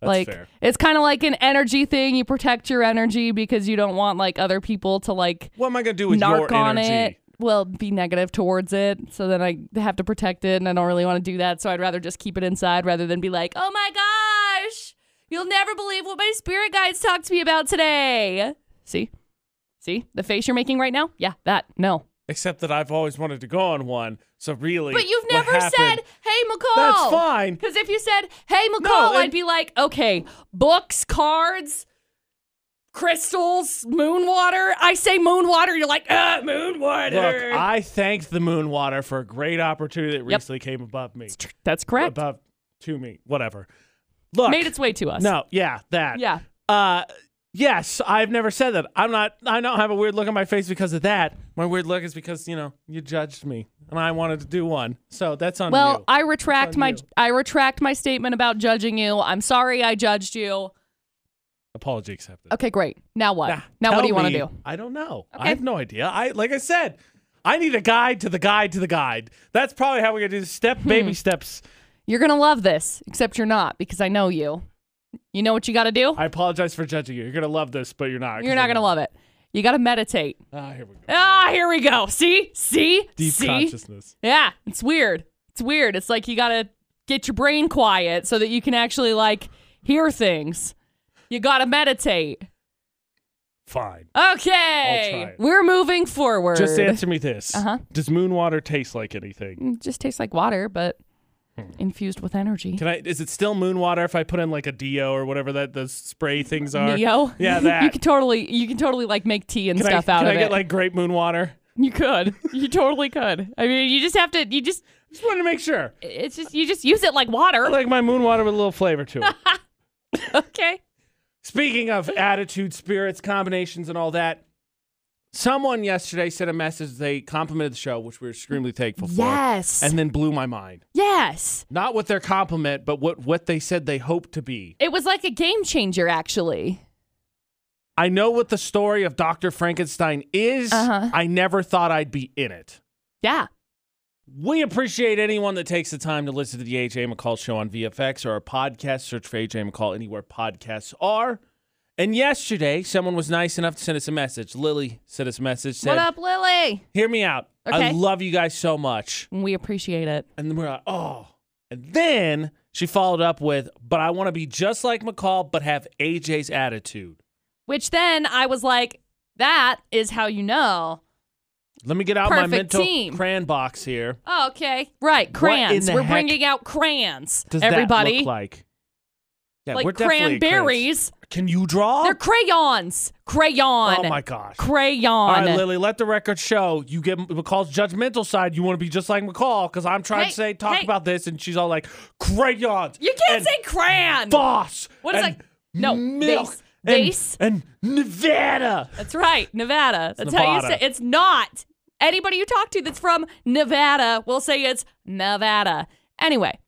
[SPEAKER 1] That's
[SPEAKER 2] like
[SPEAKER 1] fair.
[SPEAKER 2] it's kind of like an energy thing. You protect your energy because you don't want like other people to like
[SPEAKER 1] What am I gonna do with
[SPEAKER 2] narc
[SPEAKER 1] your
[SPEAKER 2] on
[SPEAKER 1] energy?
[SPEAKER 2] it. Well, be negative towards it. So then I have to protect it, and I don't really want to do that. So I'd rather just keep it inside rather than be like, oh my gosh, you'll never believe what my spirit guides talked to me about today. See? See the face you're making right now? Yeah, that. No.
[SPEAKER 1] Except that I've always wanted to go on one. So really,
[SPEAKER 2] But you've
[SPEAKER 1] what
[SPEAKER 2] never said,
[SPEAKER 1] happened-
[SPEAKER 2] hey, McCall.
[SPEAKER 1] that's fine.
[SPEAKER 2] Because if you said, "Hey, McCall,"
[SPEAKER 1] No, and-
[SPEAKER 2] I'd be like, "Okay, books, cards, crystals, moon water." I say moon water, you're like, "Uh, moon water."
[SPEAKER 1] Look, I thanked the moon water for a great opportunity that recently came above me,
[SPEAKER 2] That's correct.
[SPEAKER 1] above to me, whatever. Look,
[SPEAKER 2] Made its way to us.
[SPEAKER 1] no, yeah, that,
[SPEAKER 2] Yeah.
[SPEAKER 1] Uh, yes, I've never said that. I'm not. I don't have a weird look on my face because of that. My weird look is because you know you judged me, and I wanted to do one. So that's on
[SPEAKER 2] Well,
[SPEAKER 1] you.
[SPEAKER 2] I retract
[SPEAKER 1] on
[SPEAKER 2] my
[SPEAKER 1] you.
[SPEAKER 2] I retract my statement about judging you. I'm sorry I judged you.
[SPEAKER 1] Apology accepted.
[SPEAKER 2] Okay, great. Now what?
[SPEAKER 1] Nah,
[SPEAKER 2] now what
[SPEAKER 1] tell
[SPEAKER 2] do you want
[SPEAKER 1] me-
[SPEAKER 2] to do?
[SPEAKER 1] I don't know. I
[SPEAKER 2] Okay.
[SPEAKER 1] have no idea. I like I said, I need a guide to the guide to the guide. That's probably how we're gonna do this. Step
[SPEAKER 2] Hmm.
[SPEAKER 1] baby steps.
[SPEAKER 2] You're gonna love this, except you're not because I know you. You know what you got to do.
[SPEAKER 1] I apologize for judging you. You're gonna love this, but you're not.
[SPEAKER 2] you're not gonna love it. You got to meditate.
[SPEAKER 1] Ah, here we go.
[SPEAKER 2] Ah, here we go. See, see,
[SPEAKER 1] Deep
[SPEAKER 2] see.
[SPEAKER 1] consciousness.
[SPEAKER 2] Yeah, it's weird. It's weird. It's like you gotta get your brain quiet so that you can actually like hear things. You gotta meditate.
[SPEAKER 1] Fine.
[SPEAKER 2] Okay,
[SPEAKER 1] I'll try it.
[SPEAKER 2] we're moving forward.
[SPEAKER 1] Just answer me this.
[SPEAKER 2] Uh-huh.
[SPEAKER 1] Does moon water taste like anything?
[SPEAKER 2] Mm, Just tastes like water, but infused with energy.
[SPEAKER 1] Hmm. Can I? Is it still moon water if I put in like a Dio or whatever that those spray things are?
[SPEAKER 2] Neo.
[SPEAKER 1] Yeah, that.
[SPEAKER 2] you can totally, you can totally like make tea and
[SPEAKER 1] Can I,
[SPEAKER 2] stuff out
[SPEAKER 1] can
[SPEAKER 2] of
[SPEAKER 1] I get
[SPEAKER 2] it.
[SPEAKER 1] like grape moon water?
[SPEAKER 2] you could, you totally could. I mean, you just have to, you just,
[SPEAKER 1] Just wanted to make sure.
[SPEAKER 2] it's just, you just use it like
[SPEAKER 1] I
[SPEAKER 2] water.
[SPEAKER 1] like my moon water with a little flavor to it.
[SPEAKER 2] Okay.
[SPEAKER 1] Speaking of attitude, spirits, combinations, and all that, someone yesterday sent a message. They complimented the show, which we are extremely thankful
[SPEAKER 2] Yes.
[SPEAKER 1] for, and then blew my mind.
[SPEAKER 2] yes.
[SPEAKER 1] Not with their compliment, but what what they said they hoped to be.
[SPEAKER 2] It was like a game changer, actually.
[SPEAKER 1] I know what the story of Doctor Frankenstein is.
[SPEAKER 2] Uh-huh.
[SPEAKER 1] I never thought I'd be in it.
[SPEAKER 2] Yeah.
[SPEAKER 1] We appreciate anyone that takes the time to listen to the AJ McCall show on VFX or our podcast. Search for AJ McCall anywhere podcasts are. And yesterday, someone was nice enough to send us a message. Lily sent us a message. Said,
[SPEAKER 2] What up, Lily?
[SPEAKER 1] Hear me out. I
[SPEAKER 2] Okay.
[SPEAKER 1] love you guys so much.
[SPEAKER 2] We appreciate it.
[SPEAKER 1] And then we're like, oh. And then she followed up with, but I want to be just like McCall, but have AJ's attitude.
[SPEAKER 2] Which then I was like, that is how you know.
[SPEAKER 1] Let me get out my
[SPEAKER 2] Perfect
[SPEAKER 1] mental
[SPEAKER 2] team.
[SPEAKER 1] cran box here.
[SPEAKER 2] Oh, okay. Right, crayons.
[SPEAKER 1] the
[SPEAKER 2] We're
[SPEAKER 1] heck
[SPEAKER 2] bringing out crayons.
[SPEAKER 1] Does
[SPEAKER 2] Everybody.
[SPEAKER 1] that look like? Yeah,
[SPEAKER 2] Like
[SPEAKER 1] we're definitely crayons.
[SPEAKER 2] cranberries.
[SPEAKER 1] Can you draw?
[SPEAKER 2] They're crayons. Crayon.
[SPEAKER 1] Oh my gosh.
[SPEAKER 2] Crayon.
[SPEAKER 1] All right, Lily, let the record show you get McCall's judgmental side. You want to be just like McCall because I'm trying
[SPEAKER 2] Hey,
[SPEAKER 1] to say, talk
[SPEAKER 2] hey.
[SPEAKER 1] about this, and she's all like, crayons.
[SPEAKER 2] you can't
[SPEAKER 1] and
[SPEAKER 2] say crayon.
[SPEAKER 1] boss.
[SPEAKER 2] What is
[SPEAKER 1] and
[SPEAKER 2] that? No,
[SPEAKER 1] milk
[SPEAKER 2] vase.
[SPEAKER 1] and-
[SPEAKER 2] Vase.
[SPEAKER 1] and, Nevada.
[SPEAKER 2] That's right, Nevada. That's how you
[SPEAKER 1] Nevada.
[SPEAKER 2] say it's not. Anybody you talk to that's from Nevada will say it's Nevada. Anyway,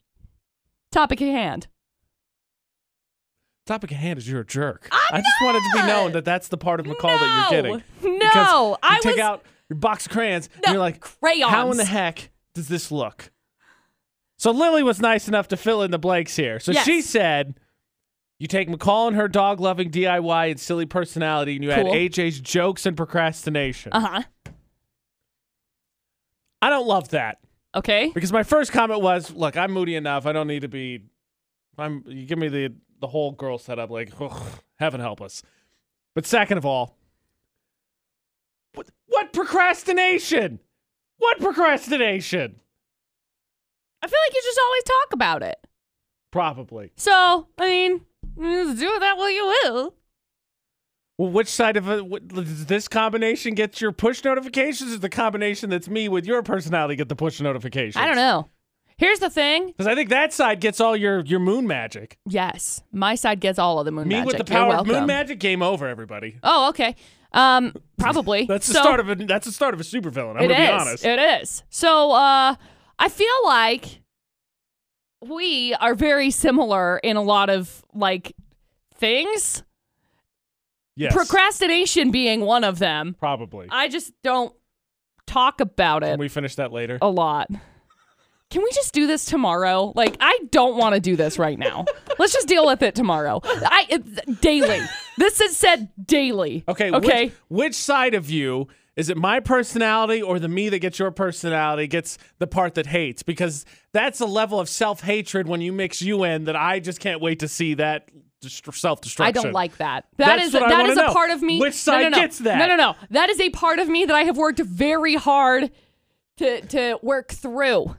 [SPEAKER 2] topic at hand.
[SPEAKER 1] Topic at hand is you're a jerk. i just wanted to be
[SPEAKER 2] not.
[SPEAKER 1] known that that's the part of McCall that
[SPEAKER 2] No.
[SPEAKER 1] you're getting.
[SPEAKER 2] No,
[SPEAKER 1] Because you
[SPEAKER 2] I
[SPEAKER 1] take
[SPEAKER 2] was-
[SPEAKER 1] out your box of crayons
[SPEAKER 2] No,
[SPEAKER 1] and you're like,
[SPEAKER 2] crayons.
[SPEAKER 1] how in the heck does this look? So Lily was nice enough to fill in the blanks here. So
[SPEAKER 2] Yes.
[SPEAKER 1] she said, you take McCall and her dog loving DIY and silly personality, and you add
[SPEAKER 2] Cool.
[SPEAKER 1] AJ's jokes and procrastination.
[SPEAKER 2] Uh huh.
[SPEAKER 1] I don't love that.
[SPEAKER 2] Okay.
[SPEAKER 1] Because my first comment was, look, I'm moody enough. I don't need to be. if I'm. You give me the the whole girl setup. Like, ugh, heaven help us. But second of all, what, what procrastination? What procrastination?
[SPEAKER 2] I feel like you just always talk about it.
[SPEAKER 1] Probably.
[SPEAKER 2] So I mean, just do that what you will.
[SPEAKER 1] Well, which side of it what, does this combination get your push notifications? Is the combination that's me with your personality get the push notifications?
[SPEAKER 2] I don't know. Here's the thing.
[SPEAKER 1] Because I think that side gets all your your moon magic.
[SPEAKER 2] Yes, my side gets all of the moon
[SPEAKER 1] Me
[SPEAKER 2] magic.
[SPEAKER 1] with the
[SPEAKER 2] You're
[SPEAKER 1] power of moon
[SPEAKER 2] welcome.
[SPEAKER 1] magic. Game over, everybody.
[SPEAKER 2] Oh, okay. Um, probably.
[SPEAKER 1] That's the
[SPEAKER 2] So-
[SPEAKER 1] start of a that's the start of a supervillain. I'm
[SPEAKER 2] It is.
[SPEAKER 1] gonna be honest.
[SPEAKER 2] It is. So uh, I feel like we are very similar in a lot of like things.
[SPEAKER 1] yes,
[SPEAKER 2] Procrastination being one of them.
[SPEAKER 1] probably.
[SPEAKER 2] I just don't talk about
[SPEAKER 1] Can
[SPEAKER 2] it Oh,
[SPEAKER 1] we finish that later?
[SPEAKER 2] a lot. can we just do this tomorrow? Like, I don't want to do this right now. Let's just deal with it tomorrow. I it's daily. This is said daily.
[SPEAKER 1] Okay.
[SPEAKER 2] Okay.
[SPEAKER 1] Which, which side of you is it? My personality or the me that gets your personality gets the part that hates because that's a level of self hatred when you mix you in that I just can't wait to see that self destruction.
[SPEAKER 2] I don't like that.
[SPEAKER 1] That's
[SPEAKER 2] That is
[SPEAKER 1] what I
[SPEAKER 2] that
[SPEAKER 1] wanna
[SPEAKER 2] is a
[SPEAKER 1] know.
[SPEAKER 2] part of me.
[SPEAKER 1] Which
[SPEAKER 2] no,
[SPEAKER 1] side
[SPEAKER 2] no, no.
[SPEAKER 1] gets that?
[SPEAKER 2] No, no, no. That is a part of me that I have worked very hard to to work through.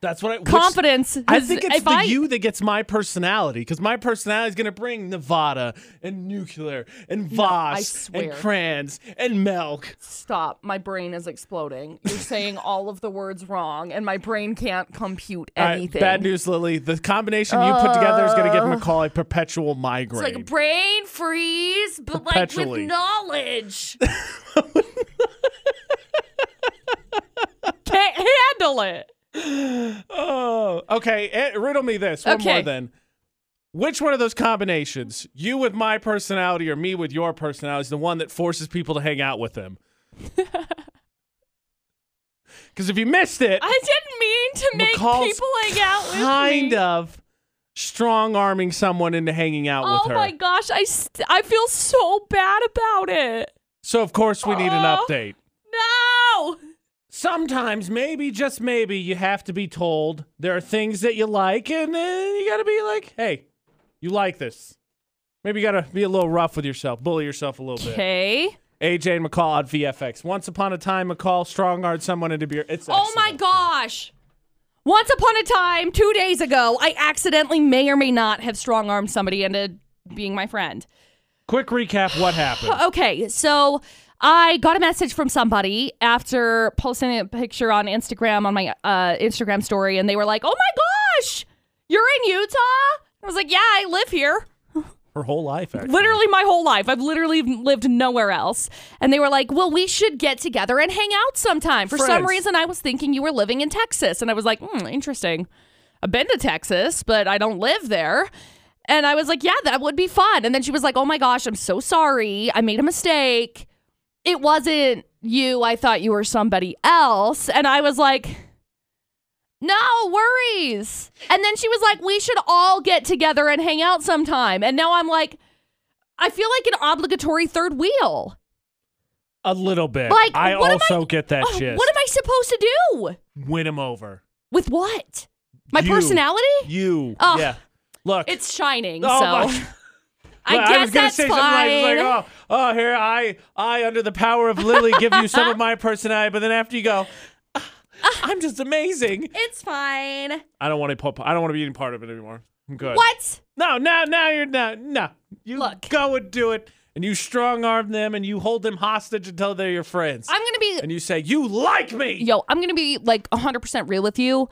[SPEAKER 1] That's what I, which-
[SPEAKER 2] Confidence.
[SPEAKER 1] I
[SPEAKER 2] has-
[SPEAKER 1] think it's
[SPEAKER 2] if
[SPEAKER 1] the
[SPEAKER 2] I,
[SPEAKER 1] you that gets my personality because my personality is going to bring Nevada and nuclear and Voss and
[SPEAKER 2] swear.
[SPEAKER 1] Kranz and milk.
[SPEAKER 2] Stop. My brain is exploding. You're saying all of the words wrong, and my brain can't compute
[SPEAKER 1] All right,
[SPEAKER 2] anything. Oh.
[SPEAKER 1] bad news, Lily. The combination you put together is going to give McCall a perpetual migraine.
[SPEAKER 2] It's like a brain freeze, but like with
[SPEAKER 1] Perpetually.
[SPEAKER 2] knowledge. Can't handle it.
[SPEAKER 1] Oh, okay. eh, riddle me this one more
[SPEAKER 2] Okay.
[SPEAKER 1] then. Which one of those combinations, you with my personality or me with your personality, is the one that forces people to hang out with them? Because if you missed it,
[SPEAKER 2] I didn't mean to make
[SPEAKER 1] McCall's
[SPEAKER 2] people hang out with me.
[SPEAKER 1] kind of strong arming someone into hanging out
[SPEAKER 2] Oh
[SPEAKER 1] with her.
[SPEAKER 2] my gosh, I st- I feel so bad about it.
[SPEAKER 1] so of course we need an
[SPEAKER 2] Oh.
[SPEAKER 1] update.
[SPEAKER 2] No.
[SPEAKER 1] Sometimes, maybe just maybe, you have to be told there are things that you like, and then you gotta be like, "Hey, you like this." Maybe you gotta be a little rough with yourself, bully yourself a little bit.
[SPEAKER 2] Okay.
[SPEAKER 1] AJ and McCall on VFX. Once upon a time, McCall strong armed someone into beer. It's
[SPEAKER 2] Oh my
[SPEAKER 1] excellent.
[SPEAKER 2] gosh. Once upon a time, 2 days ago, I accidentally may or may not have strong-armed somebody into being my friend.
[SPEAKER 1] Quick recap: What happened?
[SPEAKER 2] Okay, so I got a message from somebody after posting a picture on Instagram on my uh, Instagram story, and they were like, "Oh my gosh, you're in Utah!" I was like, "Yeah, I live here."
[SPEAKER 1] Her whole life, actually.
[SPEAKER 2] Literally my whole life. I've literally lived nowhere else. And they were like, well, we should get together and hang out sometime. For some
[SPEAKER 1] Friends.
[SPEAKER 2] reason, I was thinking you were living in Texas. And I was like, hmm, interesting. I've been to Texas, but I don't live there. And I was like, yeah, that would be fun. And then she was like, oh my gosh, I'm so sorry. I made a mistake. It wasn't you. I thought you were somebody else. And I was like, no worries. And then she was like, we should all get together and hang out sometime. And now I'm like, I feel like an obligatory third wheel.
[SPEAKER 1] a little bit.
[SPEAKER 2] Like,
[SPEAKER 1] I
[SPEAKER 2] what am I-
[SPEAKER 1] also get that
[SPEAKER 2] Oh, what
[SPEAKER 1] shit.
[SPEAKER 2] am I supposed to do?
[SPEAKER 1] Win him over.
[SPEAKER 2] With what? My
[SPEAKER 1] You.
[SPEAKER 2] personality?
[SPEAKER 1] You.
[SPEAKER 2] Ugh.
[SPEAKER 1] Yeah. Look.
[SPEAKER 2] Oh. It's shining,
[SPEAKER 1] Oh
[SPEAKER 2] so
[SPEAKER 1] my-
[SPEAKER 2] I
[SPEAKER 1] Well,
[SPEAKER 2] guess
[SPEAKER 1] was gonna
[SPEAKER 2] that's
[SPEAKER 1] say
[SPEAKER 2] fine.
[SPEAKER 1] something like, like oh, oh, here I, I under the power of Lily give you some of my personality, but then after you go, "Ah, I'm just amazing.
[SPEAKER 2] It's fine.
[SPEAKER 1] I don't want to. Pop, I don't want to be any part of it anymore. I'm good.
[SPEAKER 2] What?
[SPEAKER 1] No, no, now you're no, no. You
[SPEAKER 2] Look.
[SPEAKER 1] go and do it, and you strong arm them, and you hold them hostage until they're your friends,
[SPEAKER 2] I'm gonna be
[SPEAKER 1] and you say you like me.
[SPEAKER 2] yo, I'm gonna be like 100% real with you.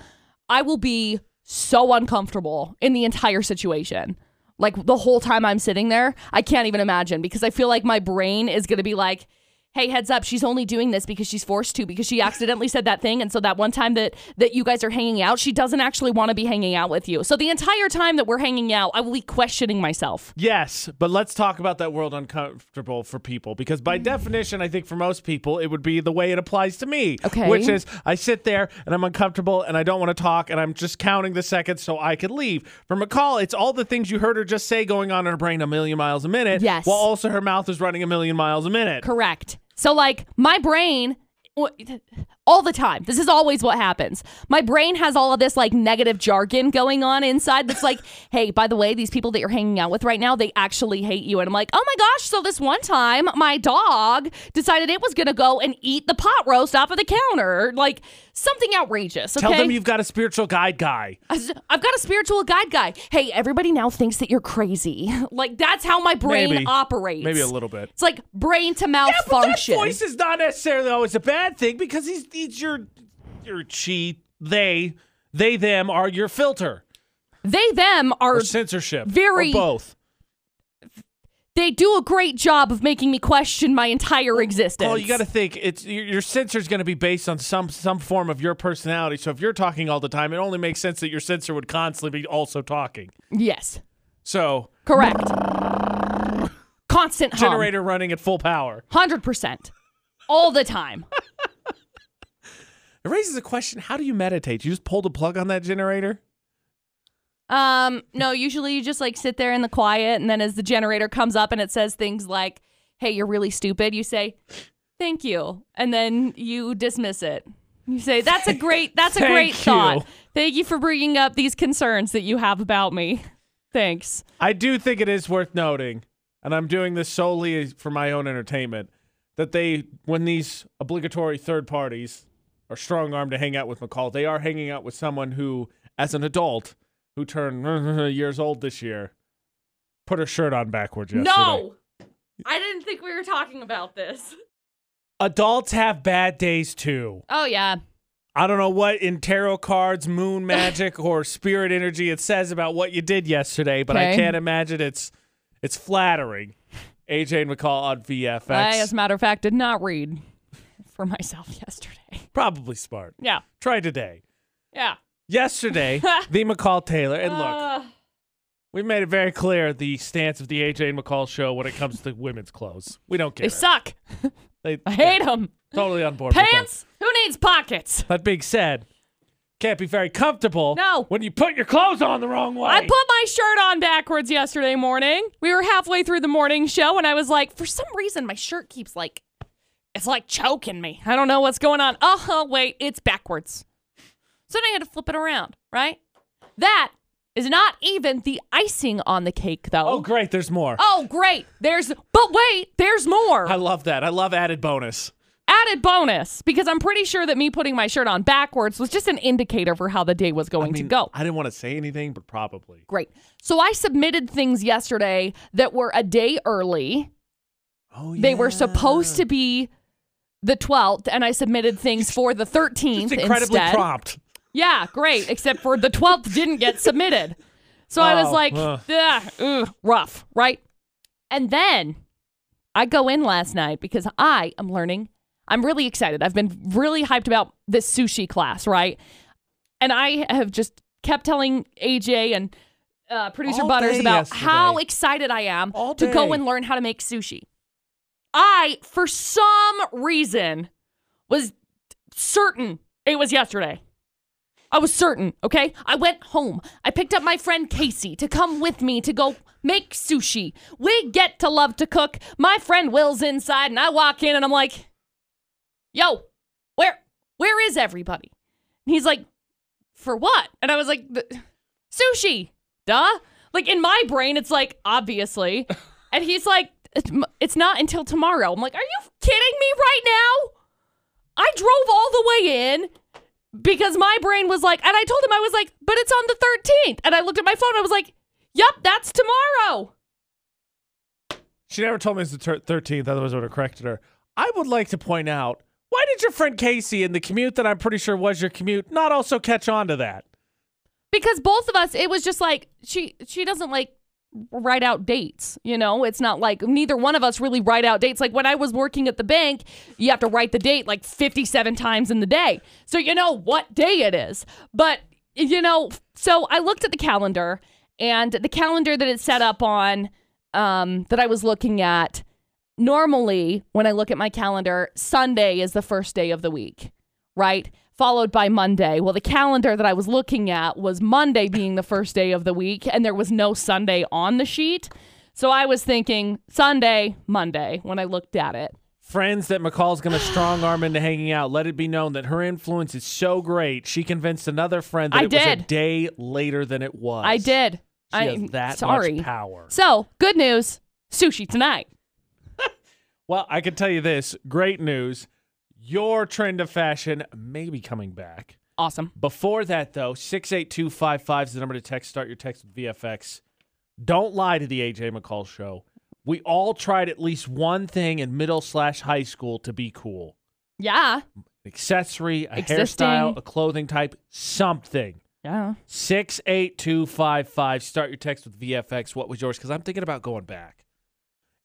[SPEAKER 2] I will be so uncomfortable in the entire situation. Like the whole time I'm sitting there, I can't even imagine because I feel like my brain is gonna be like, "Hey, heads up! She's only doing this because she's forced to because she accidentally said that thing, and so that one time that that you guys are hanging out, she doesn't actually want to be hanging out with you. So the entire time that we're hanging out, I will be questioning myself.
[SPEAKER 1] Yes, but let's talk about that world uncomfortable for people because by definition, I think for most people, it would be the way it applies to me.
[SPEAKER 2] Okay.
[SPEAKER 1] Which is I sit there and I'm uncomfortable and I don't want to talk and I'm just counting the seconds so I could leave. For McCall, it's all the things you heard her just say going on in her brain a million miles a minute.
[SPEAKER 2] Yes.
[SPEAKER 1] While also her mouth is running a million miles a minute.
[SPEAKER 2] Correct. So like my brain w- all the time. This is always what happens. My brain has all of this like negative jargon going on inside that's like, "Hey, by the way, these people that you're hanging out with right now, they actually hate you." And I'm like, "Oh my gosh, so this one time my dog decided it was going to go and eat the pot roast off of the counter." Like something outrageous, okay?
[SPEAKER 1] Tell them you've got a spiritual guide guy.
[SPEAKER 2] I've I've got a spiritual guide guy. Hey, everybody now thinks that you're crazy. like that's how my brain
[SPEAKER 1] Maybe.
[SPEAKER 2] operates.
[SPEAKER 1] Maybe a little bit.
[SPEAKER 2] It's like brain to mouth
[SPEAKER 1] But that
[SPEAKER 2] function.
[SPEAKER 1] voice is not necessarily always a bad thing because he's, he's your, your she, they, they, them are your filter.
[SPEAKER 2] they them are
[SPEAKER 1] or censorship
[SPEAKER 2] very-
[SPEAKER 1] or both.
[SPEAKER 2] they do a great job of making me question my entire existence.
[SPEAKER 1] Well, you got to think it's your, your censor is going to be based on some some form of your personality. So if you're talking all the time, it only makes sense that your censor would constantly be also talking.
[SPEAKER 2] yes,
[SPEAKER 1] So
[SPEAKER 2] correct. Constant hum,
[SPEAKER 1] generator running at full power.
[SPEAKER 2] hundred percent, all the time.
[SPEAKER 1] It raises a question: How do you meditate? You just pull the plug on that generator?
[SPEAKER 2] Um, no, usually you just like sit there in the quiet, and then as the generator comes up and it says things like, "Hey, you're really stupid," you say, "Thank you," and then you dismiss it. You say, "That's a great, that's a
[SPEAKER 1] Thank
[SPEAKER 2] great
[SPEAKER 1] you.
[SPEAKER 2] thought. Thank you for bringing up these concerns that you have about me. Thanks."
[SPEAKER 1] I do think it is worth noting, and I'm doing this solely for my own entertainment, that they, when these obligatory third parties are strong armed to hang out with McCall, they are hanging out with someone who, as an adult, who turned years old this year, put her shirt on backwards yesterday.
[SPEAKER 2] I didn't think we were talking about this.
[SPEAKER 1] Adults have bad days too.
[SPEAKER 2] Oh yeah,
[SPEAKER 1] I don't know what in tarot cards, moon magic, or spirit energy it says about what you did yesterday, but I
[SPEAKER 2] Okay.
[SPEAKER 1] can't imagine it's it's flattering. AJ and McCall on VFX.
[SPEAKER 2] I, as a matter of fact, did not read for myself yesterday.
[SPEAKER 1] Probably smart.
[SPEAKER 2] Yeah,
[SPEAKER 1] Try today.
[SPEAKER 2] yeah.
[SPEAKER 1] Yesterday, the McCall Taylor. And look,
[SPEAKER 2] Uh,
[SPEAKER 1] we made it very clear the stance of the AJ and McCall show when it comes to women's clothes. We don't care.
[SPEAKER 2] they suck.
[SPEAKER 1] They-
[SPEAKER 2] I hate them.
[SPEAKER 1] totally on board. with that.
[SPEAKER 2] Pants? Who needs pockets?
[SPEAKER 1] That being said, can't be very comfortable.
[SPEAKER 2] No.
[SPEAKER 1] When you put your clothes on the wrong way.
[SPEAKER 2] I put my shirt on backwards yesterday morning. We were halfway through the morning show, and I was like, for some reason, my shirt keeps like, it's like choking me. I don't know what's going on. Oh, huh, wait, it's backwards. So then I had to flip it around, right? That is not even the icing on the cake, though.
[SPEAKER 1] oh, great. There's more.
[SPEAKER 2] Oh, great. There's, but wait, there's more.
[SPEAKER 1] I love that. I love added bonus.
[SPEAKER 2] Added bonus, because I'm pretty sure that me putting my shirt on backwards was just an indicator for how the day was going to go.
[SPEAKER 1] I didn't want to say anything, but probably.
[SPEAKER 2] Great. So I submitted things yesterday that were a day early.
[SPEAKER 1] Oh,
[SPEAKER 2] They were supposed to be the 12th, and I submitted things for the 13th
[SPEAKER 1] It's incredibly
[SPEAKER 2] instead.
[SPEAKER 1] prompt.
[SPEAKER 2] Yeah, great. Except for the 12th didn't get submitted. So I was
[SPEAKER 1] Oh,
[SPEAKER 2] like,
[SPEAKER 1] ugh.
[SPEAKER 2] "Ugh, ugh, rough, right? And then I go in last night because I am learning. I'm really excited. I've been really hyped about this sushi class, right? And I have just kept telling AJ and uh, producer
[SPEAKER 1] All
[SPEAKER 2] Butters
[SPEAKER 1] day
[SPEAKER 2] about how
[SPEAKER 1] yesterday.
[SPEAKER 2] excited I am
[SPEAKER 1] All
[SPEAKER 2] to go
[SPEAKER 1] day.
[SPEAKER 2] and learn how to make sushi. I, for some reason, was certain it was yesterday. I was certain, okay? I went home. I picked up my friend Casey to come with me to go make sushi. We get to love to cook. My friend Will's inside and I walk in and I'm like, "Yo, where where is everybody?" And he's like, "For what?" And I was like, "The- "Sushi." Duh. Like in my brain it's like, "Obviously." And he's like, "It's m- "It's not until tomorrow." I'm like, "Are you kidding me right now?" I drove all the way in because my brain was like, and I told him, I was like, but it's on the 13th. And I looked at my phone, I was like, yep, that's tomorrow.
[SPEAKER 1] She never told me it's the ter- 13th, otherwise I would have corrected her. I would like to point out, why did your friend Casey in the commute that I'm pretty sure was your commute not also catch on to that?
[SPEAKER 2] Because both of us, it was just like, she she doesn't like write out dates, you know? It's not like neither one of us really write out dates. Like when I was working at the bank, you have to write the date like 57 times in the day. So you know what day it is. But you know, so I looked at the calendar and the calendar that it's set up on um that I was looking at normally when I look at my calendar, Sunday is the first day of the week, right? Followed by Monday. Well, the calendar that I was looking at was Monday being the first day of the week, and there was no Sunday on the sheet. So I was thinking Sunday, Monday when I looked at it.
[SPEAKER 1] Friends that McCall's going to strong arm into hanging out, let it be known that her influence is so great, she convinced another friend that
[SPEAKER 2] I
[SPEAKER 1] it was a
[SPEAKER 2] did.
[SPEAKER 1] day later than it was.
[SPEAKER 2] I did.
[SPEAKER 1] She
[SPEAKER 2] I
[SPEAKER 1] has that
[SPEAKER 2] sorry.
[SPEAKER 1] much power.
[SPEAKER 2] So good news, sushi tonight.
[SPEAKER 1] Well, I can tell you this great news. Your trend of fashion may be coming back.
[SPEAKER 2] Awesome.
[SPEAKER 1] Before that, though, 68255 is the number to text. Start your text with VFX. Don't lie to the AJ McCall show. We all tried at least one thing in middle slash high school to be cool.
[SPEAKER 2] Yeah.
[SPEAKER 1] An accessory, a
[SPEAKER 2] Existing.
[SPEAKER 1] hairstyle, a clothing type, something.
[SPEAKER 2] Yeah.
[SPEAKER 1] 68255. Start your text with VFX. What was yours? Because I'm thinking about going back.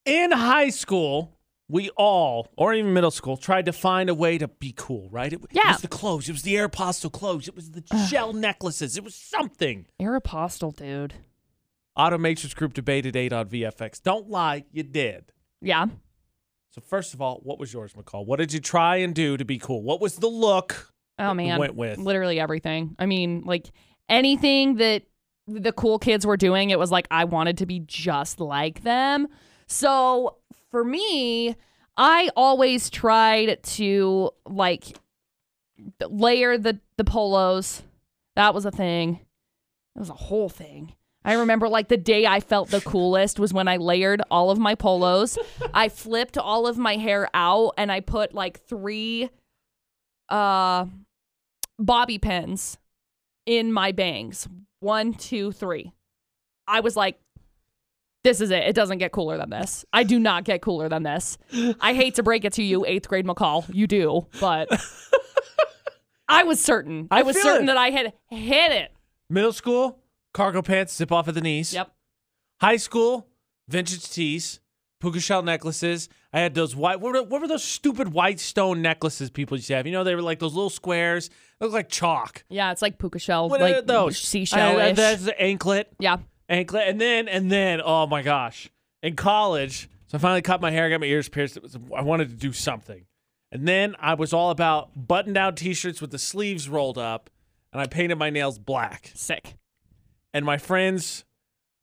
[SPEAKER 1] In high school, we all, or even middle school, tried to find a way to be cool, right? It, it
[SPEAKER 2] Yeah.
[SPEAKER 1] was the clothes. It was the Aeropostale clothes. It was the shell necklaces. It was something.
[SPEAKER 2] Aeropostale, dude.
[SPEAKER 1] Auto Matrix Group debated 8 on VFX. Don't lie, you did.
[SPEAKER 2] Yeah.
[SPEAKER 1] So, first of all, what was yours, McCall? What did you try and do to be cool? What was the look
[SPEAKER 2] Oh man,
[SPEAKER 1] went with.
[SPEAKER 2] literally everything. I mean, like anything that the cool kids were doing, it was like I wanted to be just like them. So for me, I always tried to like layer the the polos. That was a thing. It was a whole thing. I remember like the day I felt the coolest was when I layered all of my polos. I flipped all of my hair out and I put like three uh bobby pins in my bangs. One, two, three. I was like, this is it. It doesn't get cooler than this. I do not get cooler than this. I hate to break it to you, eighth grade McCall. You do, but I was certain. I,
[SPEAKER 1] I
[SPEAKER 2] was
[SPEAKER 1] feel
[SPEAKER 2] certain
[SPEAKER 1] it.
[SPEAKER 2] that I had hit it.
[SPEAKER 1] Middle school, cargo pants zip off at the knees.
[SPEAKER 2] Yep.
[SPEAKER 1] High school, vintage tees, puka shell necklaces. I had those white. What were, what were those stupid white stone necklaces people used to have? You know, they were like those little squares. Looked like chalk.
[SPEAKER 2] Yeah, it's like puka shell,
[SPEAKER 1] What are
[SPEAKER 2] like
[SPEAKER 1] those?
[SPEAKER 2] seashell
[SPEAKER 1] I- I-
[SPEAKER 2] ish.
[SPEAKER 1] That's the anklet,
[SPEAKER 2] yeah.
[SPEAKER 1] anklet, and then and then. Oh my gosh! In college, so I finally cut my hair, got my ears pierced. It was, I wanted to do something, and then I was all about button-down T-shirts with the sleeves rolled up, and I painted my nails black
[SPEAKER 2] Sick.
[SPEAKER 1] and my friends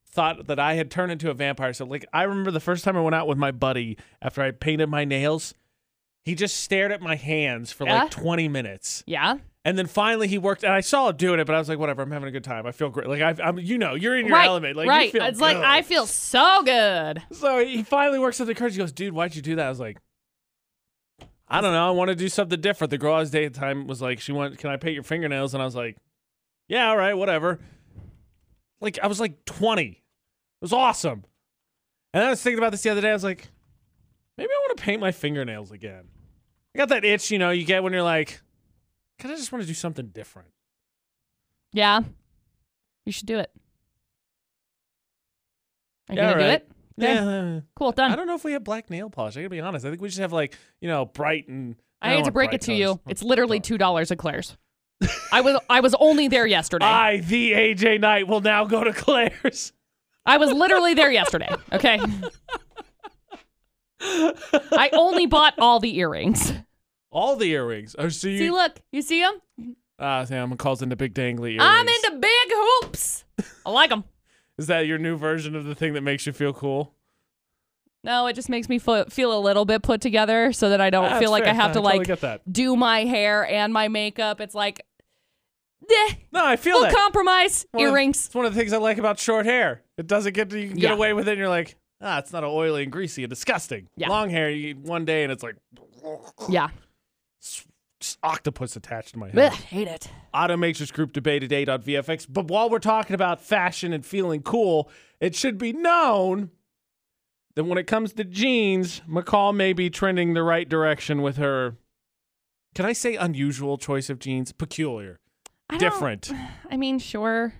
[SPEAKER 1] thought that I had turned into a vampire. So like I remember the first time I went out with my buddy after I painted my nails, he just stared at my hands for
[SPEAKER 2] Yeah?
[SPEAKER 1] like 20 minutes.
[SPEAKER 2] Yeah.
[SPEAKER 1] And then finally he worked and I saw him doing it, but I was like whatever, I'm having a good time. I feel great. Like I I'm you know, you're in your
[SPEAKER 2] right.
[SPEAKER 1] element. Like
[SPEAKER 2] right.
[SPEAKER 1] you feel
[SPEAKER 2] it's like
[SPEAKER 1] good.
[SPEAKER 2] I feel so good.
[SPEAKER 1] So he finally works up the courage. He goes, "Dude, why'd you do that?" I was like, "I don't know. I want to do something different." The girl I was dating at the time was like, "She went, can I paint your fingernails?" And I was like, "Yeah, all right, whatever." Like I was like 20. It was awesome. And I was thinking about this the other day. I was like, maybe I want to paint my fingernails again. I got that itch, you know, you get when you're like, "Can I just want to do something different?"
[SPEAKER 2] Yeah. You should do it. Are you
[SPEAKER 1] Yeah,
[SPEAKER 2] gonna do
[SPEAKER 1] right.
[SPEAKER 2] it? Okay.
[SPEAKER 1] Yeah.
[SPEAKER 2] Cool.
[SPEAKER 1] I
[SPEAKER 2] Done.
[SPEAKER 1] don't know if we have black nail polish. I gotta be honest. I think we should have like, you know, bright and. don't
[SPEAKER 2] I, hate to
[SPEAKER 1] want
[SPEAKER 2] break
[SPEAKER 1] bright
[SPEAKER 2] it to
[SPEAKER 1] colors.
[SPEAKER 2] you. It's literally
[SPEAKER 1] Dark.
[SPEAKER 2] two dollars at Claire's. I was I was only there yesterday. I,
[SPEAKER 1] I, the AJ Knight, will now go to Claire's.
[SPEAKER 2] was literally there yesterday. Okay. I only bought all the earrings.
[SPEAKER 1] All the earrings. Oh, so
[SPEAKER 2] See,
[SPEAKER 1] you.
[SPEAKER 2] look, you see them?
[SPEAKER 1] Ah, see, I'm calls into big dangly earrings.
[SPEAKER 2] I'm into big hoops. I like them.
[SPEAKER 1] Is that your new version of the thing that makes you feel cool?
[SPEAKER 2] No, it just makes me feel, feel a little bit put together so that I don't
[SPEAKER 1] Ah, that's
[SPEAKER 2] feel like
[SPEAKER 1] fair.
[SPEAKER 2] I have
[SPEAKER 1] No,
[SPEAKER 2] to
[SPEAKER 1] totally
[SPEAKER 2] like
[SPEAKER 1] get that.
[SPEAKER 2] do my hair and my makeup. It's like, eh,
[SPEAKER 1] No, I feel
[SPEAKER 2] we'll
[SPEAKER 1] that.
[SPEAKER 2] compromise.
[SPEAKER 1] One of the-
[SPEAKER 2] Earrings.
[SPEAKER 1] It's one of the things I like about short hair. It doesn't get to, you can get
[SPEAKER 2] Yeah.
[SPEAKER 1] away with it and you're like, ah, it's not all oily and greasy and disgusting.
[SPEAKER 2] Yeah.
[SPEAKER 1] Long hair, you one day and it's like
[SPEAKER 2] Yeah.
[SPEAKER 1] s- octopus attached to my
[SPEAKER 2] Ugh,
[SPEAKER 1] head.
[SPEAKER 2] hate it.
[SPEAKER 1] Automatrix Group debate at 8 on VFX. But while we're talking about fashion and feeling cool, it should be known that when it comes to jeans, McCall may be trending the right direction with her. Can I say unusual choice of jeans? Peculiar,
[SPEAKER 2] I don't-
[SPEAKER 1] different.
[SPEAKER 2] I mean, sure.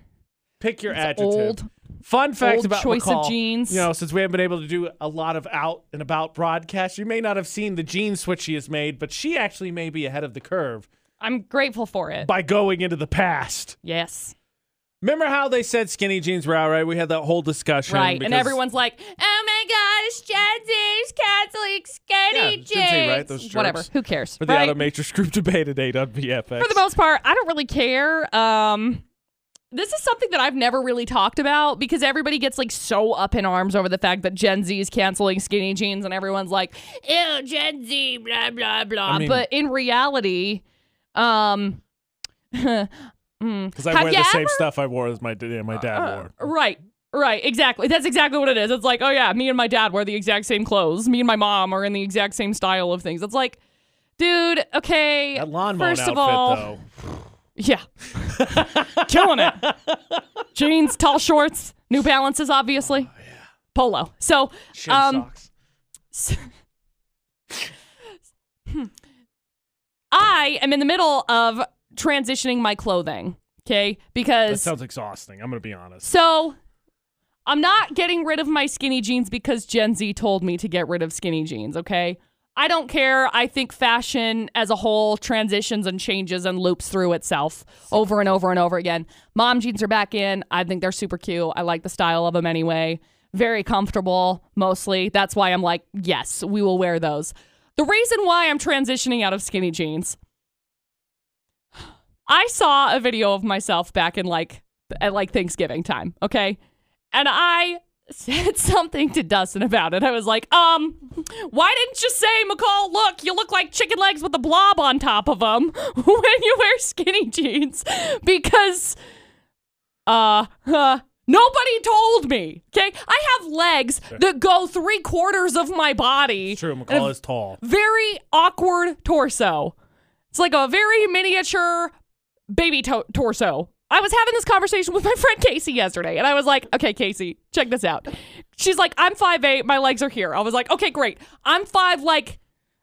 [SPEAKER 1] Pick your
[SPEAKER 2] It's
[SPEAKER 1] adjective.
[SPEAKER 2] old.
[SPEAKER 1] Fun fact
[SPEAKER 2] old
[SPEAKER 1] about
[SPEAKER 2] choice of
[SPEAKER 1] McCall,
[SPEAKER 2] jeans.
[SPEAKER 1] You know, since we haven't been able to do a lot of out and about broadcasts, you may not have seen the jean switch she has made, but she actually may be ahead of the curve
[SPEAKER 2] I'm grateful for it.
[SPEAKER 1] by going into the past.
[SPEAKER 2] yes.
[SPEAKER 1] Remember how they said skinny jeans were out, right? We had that whole discussion.
[SPEAKER 2] Right. And
[SPEAKER 1] because-
[SPEAKER 2] everyone's like, oh my gosh, Gen Z's canceling
[SPEAKER 1] Yeah,
[SPEAKER 2] skinny
[SPEAKER 1] Gen Z, right?
[SPEAKER 2] jeans."
[SPEAKER 1] Those
[SPEAKER 2] Whatever.
[SPEAKER 1] jerks.
[SPEAKER 2] Who cares?
[SPEAKER 1] For the
[SPEAKER 2] right?
[SPEAKER 1] Automatrix group debate at 8 on VFX.
[SPEAKER 2] for the most part, I don't really care. Um, this is something that I've never really talked about because everybody gets like so up in arms over the fact that Gen Z is canceling skinny jeans, and everyone's like, "Ew, Gen Z," blah blah blah.
[SPEAKER 1] I mean-
[SPEAKER 2] but in reality, um, mm,
[SPEAKER 1] Because I
[SPEAKER 2] Have
[SPEAKER 1] wear
[SPEAKER 2] you
[SPEAKER 1] the same
[SPEAKER 2] ever-
[SPEAKER 1] stuff I wore as my, d-
[SPEAKER 2] Uh,
[SPEAKER 1] my dad wore.
[SPEAKER 2] right, right, exactly. That's exactly what it is. It's like, oh yeah, me and my dad wear the exact same clothes. Me and my mom are in the exact same style of things. It's like, dude, okay.
[SPEAKER 1] That lawn mowing
[SPEAKER 2] first
[SPEAKER 1] outfit,
[SPEAKER 2] of all,
[SPEAKER 1] though.
[SPEAKER 2] Yeah. Killing it. Jeans, tall shorts, New Balances, obviously. Polo. So,
[SPEAKER 1] Shin
[SPEAKER 2] um,
[SPEAKER 1] socks.
[SPEAKER 2] I am in the middle of transitioning my clothing. Okay.
[SPEAKER 1] That
[SPEAKER 2] Because,
[SPEAKER 1] sounds exhausting. I'm going to be honest.
[SPEAKER 2] so I'm not getting rid of my skinny jeans because Gen Z told me to get rid of skinny jeans. Okay. I don't care. I think fashion as a whole transitions and changes and loops through itself over and over and over again. Mom jeans are back in. I think they're super cute. I like the style of them anyway. Very comfortable, mostly. That's why I'm like, yes, we will wear those. The reason why I'm transitioning out of skinny jeans I saw a video of myself back in like at like Thanksgiving time, okay? And I said something to Dustin about it. I was like, "Um, why didn't you say, McCall, look, you look like chicken legs with a blob on top of them when you wear skinny jeans because uh, uh nobody told me." Okay? I have legs that go 3 quarters of my body
[SPEAKER 1] It's true. McCall is tall.
[SPEAKER 2] very awkward torso. It's like a very miniature baby to- torso. I was having this conversation with my friend Casey yesterday, and I was like, okay, Casey, check this out. She's like, I'm 5'8, my legs are here. I was like, okay, great. I'm five, like,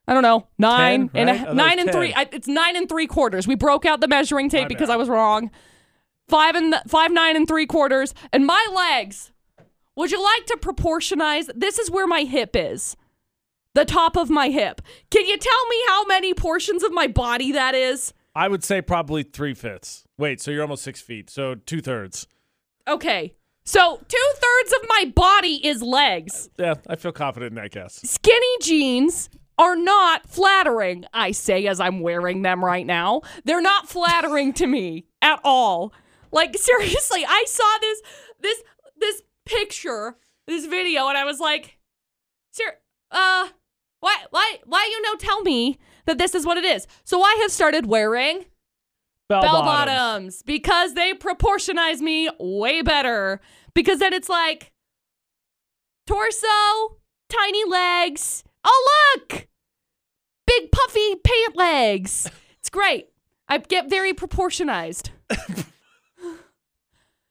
[SPEAKER 2] I don't know, nine
[SPEAKER 1] 10,
[SPEAKER 2] and
[SPEAKER 1] right? I thought
[SPEAKER 2] a,
[SPEAKER 1] it
[SPEAKER 2] nine
[SPEAKER 1] was
[SPEAKER 2] and
[SPEAKER 1] 10.
[SPEAKER 2] three. I, it's nine and three quarters. We broke out the measuring tape
[SPEAKER 1] My
[SPEAKER 2] because
[SPEAKER 1] bad.
[SPEAKER 2] I was wrong. Five and five, nine and three quarters, and my legs. Would you like to proportionize? This is where my hip is the top of my hip. Can you tell me how many portions of my body that is?
[SPEAKER 1] I would say probably three fifths. Wait, so you're almost six feet. So two thirds.
[SPEAKER 2] Okay. So, two thirds of my body is legs.
[SPEAKER 1] Yeah, I feel confident in that guess.
[SPEAKER 2] Skinny jeans are not flattering, I say as I'm wearing them right now. They're not flattering to me at all. Like, seriously, I saw this, this, this picture, this video, and I was like, sir, uh, why, why, why you no tell me that this is what it is? So I have started wearing
[SPEAKER 1] Bell,
[SPEAKER 2] bell
[SPEAKER 1] bottoms.
[SPEAKER 2] bottoms because they proportionize me way better. Because then it's like torso, tiny legs. Oh, look! Big puffy pant legs. It's great. I get very proportionized.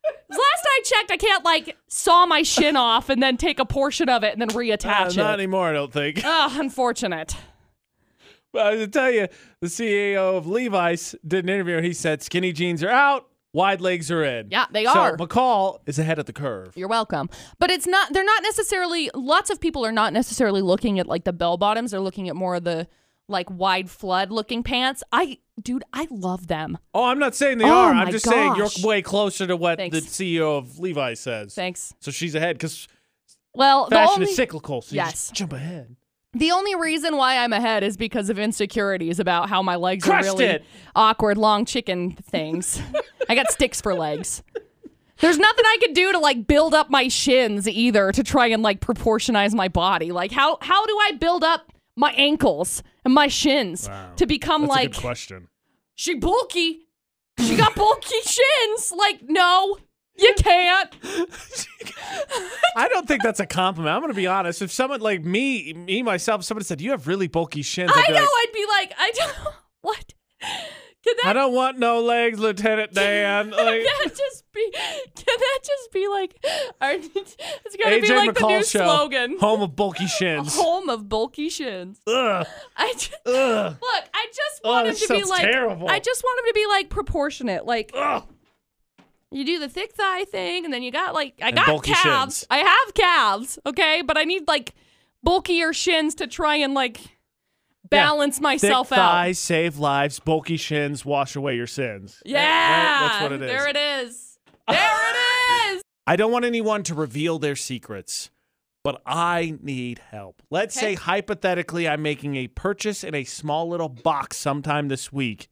[SPEAKER 2] 'Cause Last I checked, I can't like saw my shin off and then take a portion of it and then
[SPEAKER 1] Uh, not
[SPEAKER 2] reattach
[SPEAKER 1] e-
[SPEAKER 2] it.
[SPEAKER 1] anymore, I don't think.
[SPEAKER 2] Ugh, unfortunate.
[SPEAKER 1] But I was gonna tell you, the CEO of Levi's did an interview and he said skinny jeans are out, wide legs are in.
[SPEAKER 2] Yeah, they
[SPEAKER 1] so
[SPEAKER 2] are.
[SPEAKER 1] McCall is ahead of the curve.
[SPEAKER 2] You're welcome. But it's not they're not necessarily lots of people are not necessarily looking at like the bell bottoms, they're looking at more of the like wide flood looking pants. I dude, I love them.
[SPEAKER 1] Oh, I'm not saying they
[SPEAKER 2] Oh
[SPEAKER 1] are. I'm
[SPEAKER 2] my
[SPEAKER 1] just saying
[SPEAKER 2] gosh.
[SPEAKER 1] you're way closer to what
[SPEAKER 2] Thanks.
[SPEAKER 1] the CEO of Levi says.
[SPEAKER 2] Thanks.
[SPEAKER 1] So she's ahead because
[SPEAKER 2] Well, the
[SPEAKER 1] fashion
[SPEAKER 2] only
[SPEAKER 1] is cyclical. So you
[SPEAKER 2] Yes.
[SPEAKER 1] just jump ahead.
[SPEAKER 2] the only reason why I'm ahead is because of insecurities about how my legs
[SPEAKER 1] Crushed
[SPEAKER 2] are really
[SPEAKER 1] it.
[SPEAKER 2] awkward long chicken things. I got sticks for legs. There's nothing I could do to like build up my shins either to try and like proportionize my body. Like how how do I build up my ankles and my shins to become
[SPEAKER 1] That's a
[SPEAKER 2] like
[SPEAKER 1] good question.
[SPEAKER 2] she bulky? She got bulky shins. Like no, you can't.
[SPEAKER 1] I don't think that's a compliment. I'm going to be honest. If someone like me, me myself, somebody said you have really bulky shins, I'd
[SPEAKER 2] I
[SPEAKER 1] be
[SPEAKER 2] know.
[SPEAKER 1] like,
[SPEAKER 2] I'd be like I don't what. Can that
[SPEAKER 1] I don't want no legs, Lieutenant Dan. Like,
[SPEAKER 2] Can that just be? Can that just be like? Our, it's gonna
[SPEAKER 1] AJ
[SPEAKER 2] be like
[SPEAKER 1] McCall
[SPEAKER 2] the new
[SPEAKER 1] show,
[SPEAKER 2] slogan:
[SPEAKER 1] home of bulky shins.
[SPEAKER 2] "Home of bulky shins."
[SPEAKER 1] Ugh,
[SPEAKER 2] I just,
[SPEAKER 1] ugh.
[SPEAKER 2] look. I just
[SPEAKER 1] Oh,
[SPEAKER 2] want
[SPEAKER 1] that
[SPEAKER 2] him to be
[SPEAKER 1] sounds
[SPEAKER 2] like.
[SPEAKER 1] terrible.
[SPEAKER 2] I just want him to be like proportionate. Like
[SPEAKER 1] Ugh.
[SPEAKER 2] you do the thick thigh thing, and then you got like I
[SPEAKER 1] And
[SPEAKER 2] got
[SPEAKER 1] bulky
[SPEAKER 2] calves.
[SPEAKER 1] shins.
[SPEAKER 2] I have calves, okay, but I need like bulkier shins to try and like balance
[SPEAKER 1] Thick
[SPEAKER 2] myself out.
[SPEAKER 1] thighs save lives. Bulky shins wash away your sins. Right?
[SPEAKER 2] Yeah,
[SPEAKER 1] That's what it is.
[SPEAKER 2] There it is. There it is.
[SPEAKER 1] I don't want anyone to reveal their secrets, but I need help. Let's
[SPEAKER 2] Okay.
[SPEAKER 1] say hypothetically I'm making a purchase in a small little box sometime this week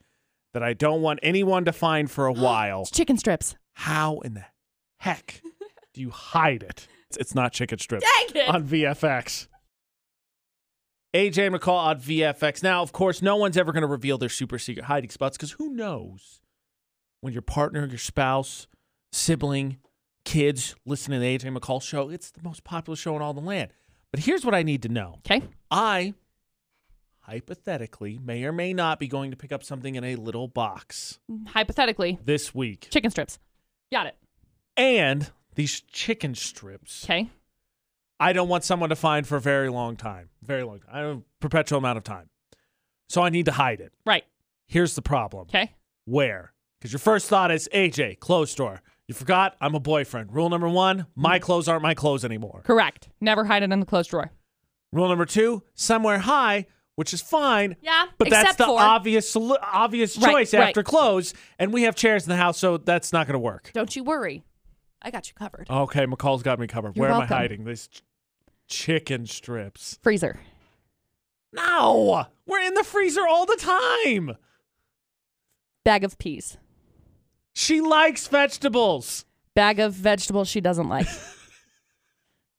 [SPEAKER 1] that I don't want anyone to find for a while.
[SPEAKER 2] It's chicken strips.
[SPEAKER 1] How in the heck do you hide it? It's- It's not chicken strips
[SPEAKER 2] Dang it.
[SPEAKER 1] on VFX. AJ McCall on VFX. Now, of course, no one's ever going to reveal their super secret hiding spots because who knows when your partner, your spouse, sibling, kids listen to the AJ McCall show? It's the most popular show in all the land. But here's what I need to know
[SPEAKER 2] Okay.
[SPEAKER 1] I, hypothetically, may or may not be going to pick up something in a little box
[SPEAKER 2] hypothetically,
[SPEAKER 1] this week.
[SPEAKER 2] chicken strips. Got it.
[SPEAKER 1] And these chicken strips.
[SPEAKER 2] Okay.
[SPEAKER 1] I don't want someone to find for a very long time. Very long time. I don't perpetual amount of time. So I need to hide it.
[SPEAKER 2] Right.
[SPEAKER 1] Here's the problem.
[SPEAKER 2] Okay.
[SPEAKER 1] Where? Because your first thought is AJ, clothes store. You forgot I'm a boyfriend. Rule number one,
[SPEAKER 2] Mm-hmm.
[SPEAKER 1] my clothes aren't my clothes anymore.
[SPEAKER 2] Correct. Never hide it in the clothes drawer.
[SPEAKER 1] Rule number two, somewhere high, which is fine.
[SPEAKER 2] Yeah,
[SPEAKER 1] But that's
[SPEAKER 2] except
[SPEAKER 1] the
[SPEAKER 2] for-
[SPEAKER 1] obvious solu- obvious
[SPEAKER 2] Right,
[SPEAKER 1] choice
[SPEAKER 2] right.
[SPEAKER 1] after clothes, and we have chairs in the house, so that's not gonna work.
[SPEAKER 2] Don't you worry. I got you covered.
[SPEAKER 1] Okay, McCall's got me covered.
[SPEAKER 2] You're
[SPEAKER 1] Where am
[SPEAKER 2] welcome.
[SPEAKER 1] I hiding? These ch- chicken strips.
[SPEAKER 2] Freezer.
[SPEAKER 1] No, we're in the freezer all the time.
[SPEAKER 2] Bag of peas.
[SPEAKER 1] She likes vegetables.
[SPEAKER 2] Bag of vegetables she doesn't like.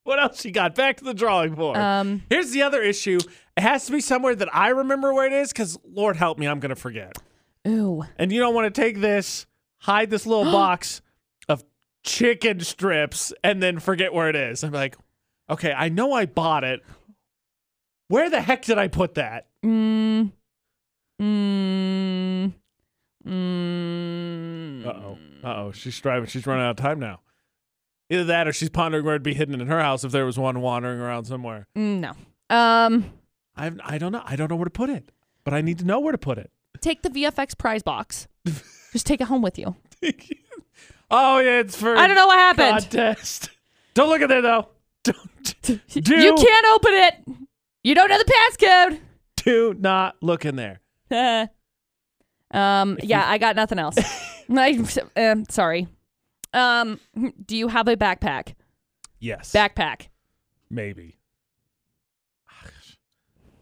[SPEAKER 1] What else she got? Back to the drawing board.
[SPEAKER 2] Um,
[SPEAKER 1] Here's the other issue. It has to be somewhere that I remember where it is because, Lord help me, I'm going to forget.
[SPEAKER 2] ooh.
[SPEAKER 1] And you don't want to take this, hide this little box of chicken strips, and then forget where it is. I'm like, okay, I know I bought it. Where the heck did I put that?
[SPEAKER 2] Mm. Mm. Mm.
[SPEAKER 1] Uh oh. Uh oh. She's striving. She's running out of time now. Either that or she's pondering where it'd be hidden in her house if there was one wandering around somewhere.
[SPEAKER 2] Mm, No. Um,
[SPEAKER 1] I I don't know. I don't know where to put it, but I need to know where to put it.
[SPEAKER 2] take the VFX prize box. Just take it home with you.
[SPEAKER 1] oh yeah, it's for
[SPEAKER 2] I don't know what happened.
[SPEAKER 1] contest. Don't look at there though. Don't do
[SPEAKER 2] You can't open it. You don't know the
[SPEAKER 1] do not look in there.
[SPEAKER 2] passcode. um, yeah, I got nothing else. I, uh, sorry. Um, do you have a backpack?
[SPEAKER 1] Yes.
[SPEAKER 2] Backpack.
[SPEAKER 1] Maybe.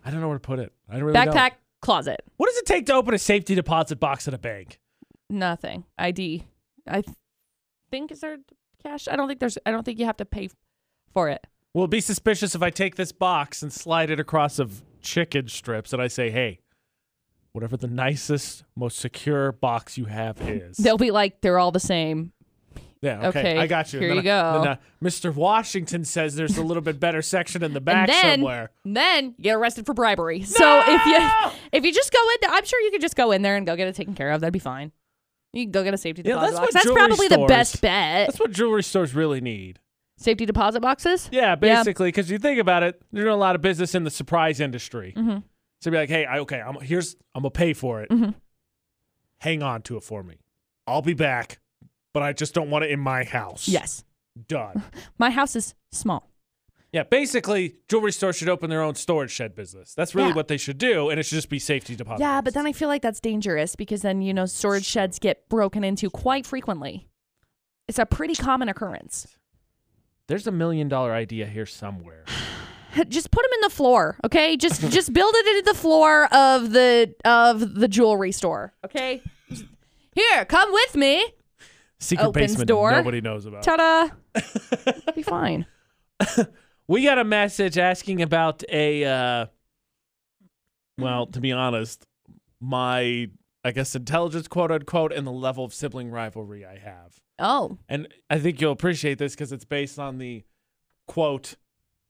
[SPEAKER 1] I don't know where to put it. I really don't.
[SPEAKER 2] Backpack closet.
[SPEAKER 1] What does it take to open a safety deposit box at a bank?
[SPEAKER 2] Nothing. ID. I th- think is there cash? I don't think there's. I don't think you have to pay f- for it.
[SPEAKER 1] Will it be suspicious if I take this box and slide it across of chicken strips and I say, "Hey, whatever the nicest, most secure box you have is."
[SPEAKER 2] They'll be like they're all the same.
[SPEAKER 1] Yeah, okay.
[SPEAKER 2] Okay,
[SPEAKER 1] I got you. And
[SPEAKER 2] here
[SPEAKER 1] then
[SPEAKER 2] you
[SPEAKER 1] I-
[SPEAKER 2] go.
[SPEAKER 1] then, uh, Mr. Washington says there's a little bit better section in the back
[SPEAKER 2] and then,
[SPEAKER 1] somewhere.
[SPEAKER 2] then you get arrested for bribery. So if you if you just go in, there, I'm sure you could just go in there and go get it taken care of. That'd be fine. You can go get a safety
[SPEAKER 1] Yeah,
[SPEAKER 2] deposit
[SPEAKER 1] that's
[SPEAKER 2] box.
[SPEAKER 1] what
[SPEAKER 2] That's
[SPEAKER 1] jewelry
[SPEAKER 2] probably the
[SPEAKER 1] stores-
[SPEAKER 2] best bet.
[SPEAKER 1] That's what jewelry stores really need.
[SPEAKER 2] Safety deposit boxes.
[SPEAKER 1] Yeah,
[SPEAKER 2] Yeah.
[SPEAKER 1] basically, because you think about it, they're doing a lot of business in the surprise industry.
[SPEAKER 2] Mhm.
[SPEAKER 1] So be like, hey, I, okay, I'm here's I'm gonna pay for it.
[SPEAKER 2] Mhm.
[SPEAKER 1] Hang on to it for me. I'll be back, but I just don't want it in my house.
[SPEAKER 2] Yes,
[SPEAKER 1] done.
[SPEAKER 2] my house is small.
[SPEAKER 1] yeah, basically, jewelry stores should open their own storage shed business. That's really
[SPEAKER 2] Yeah.
[SPEAKER 1] what they should do, and it should just be safety deposit.
[SPEAKER 2] Yeah, but
[SPEAKER 1] boxes.
[SPEAKER 2] then I feel like that's dangerous because then you know storage sheds get broken into quite frequently. It's a pretty common occurrence.
[SPEAKER 1] there's a million dollar idea here somewhere.
[SPEAKER 2] just put them in the floor okay just just build it into the floor of the of the jewelry store okay here come with me
[SPEAKER 1] Secret
[SPEAKER 2] Opens
[SPEAKER 1] basement
[SPEAKER 2] door.
[SPEAKER 1] nobody knows about.
[SPEAKER 2] ta-da be fine
[SPEAKER 1] We got a message asking about a uh well, to be honest, my I guess intelligence quote unquote and the level of sibling rivalry I have.
[SPEAKER 2] oh
[SPEAKER 1] And I think you'll appreciate this cuz it's based on the quote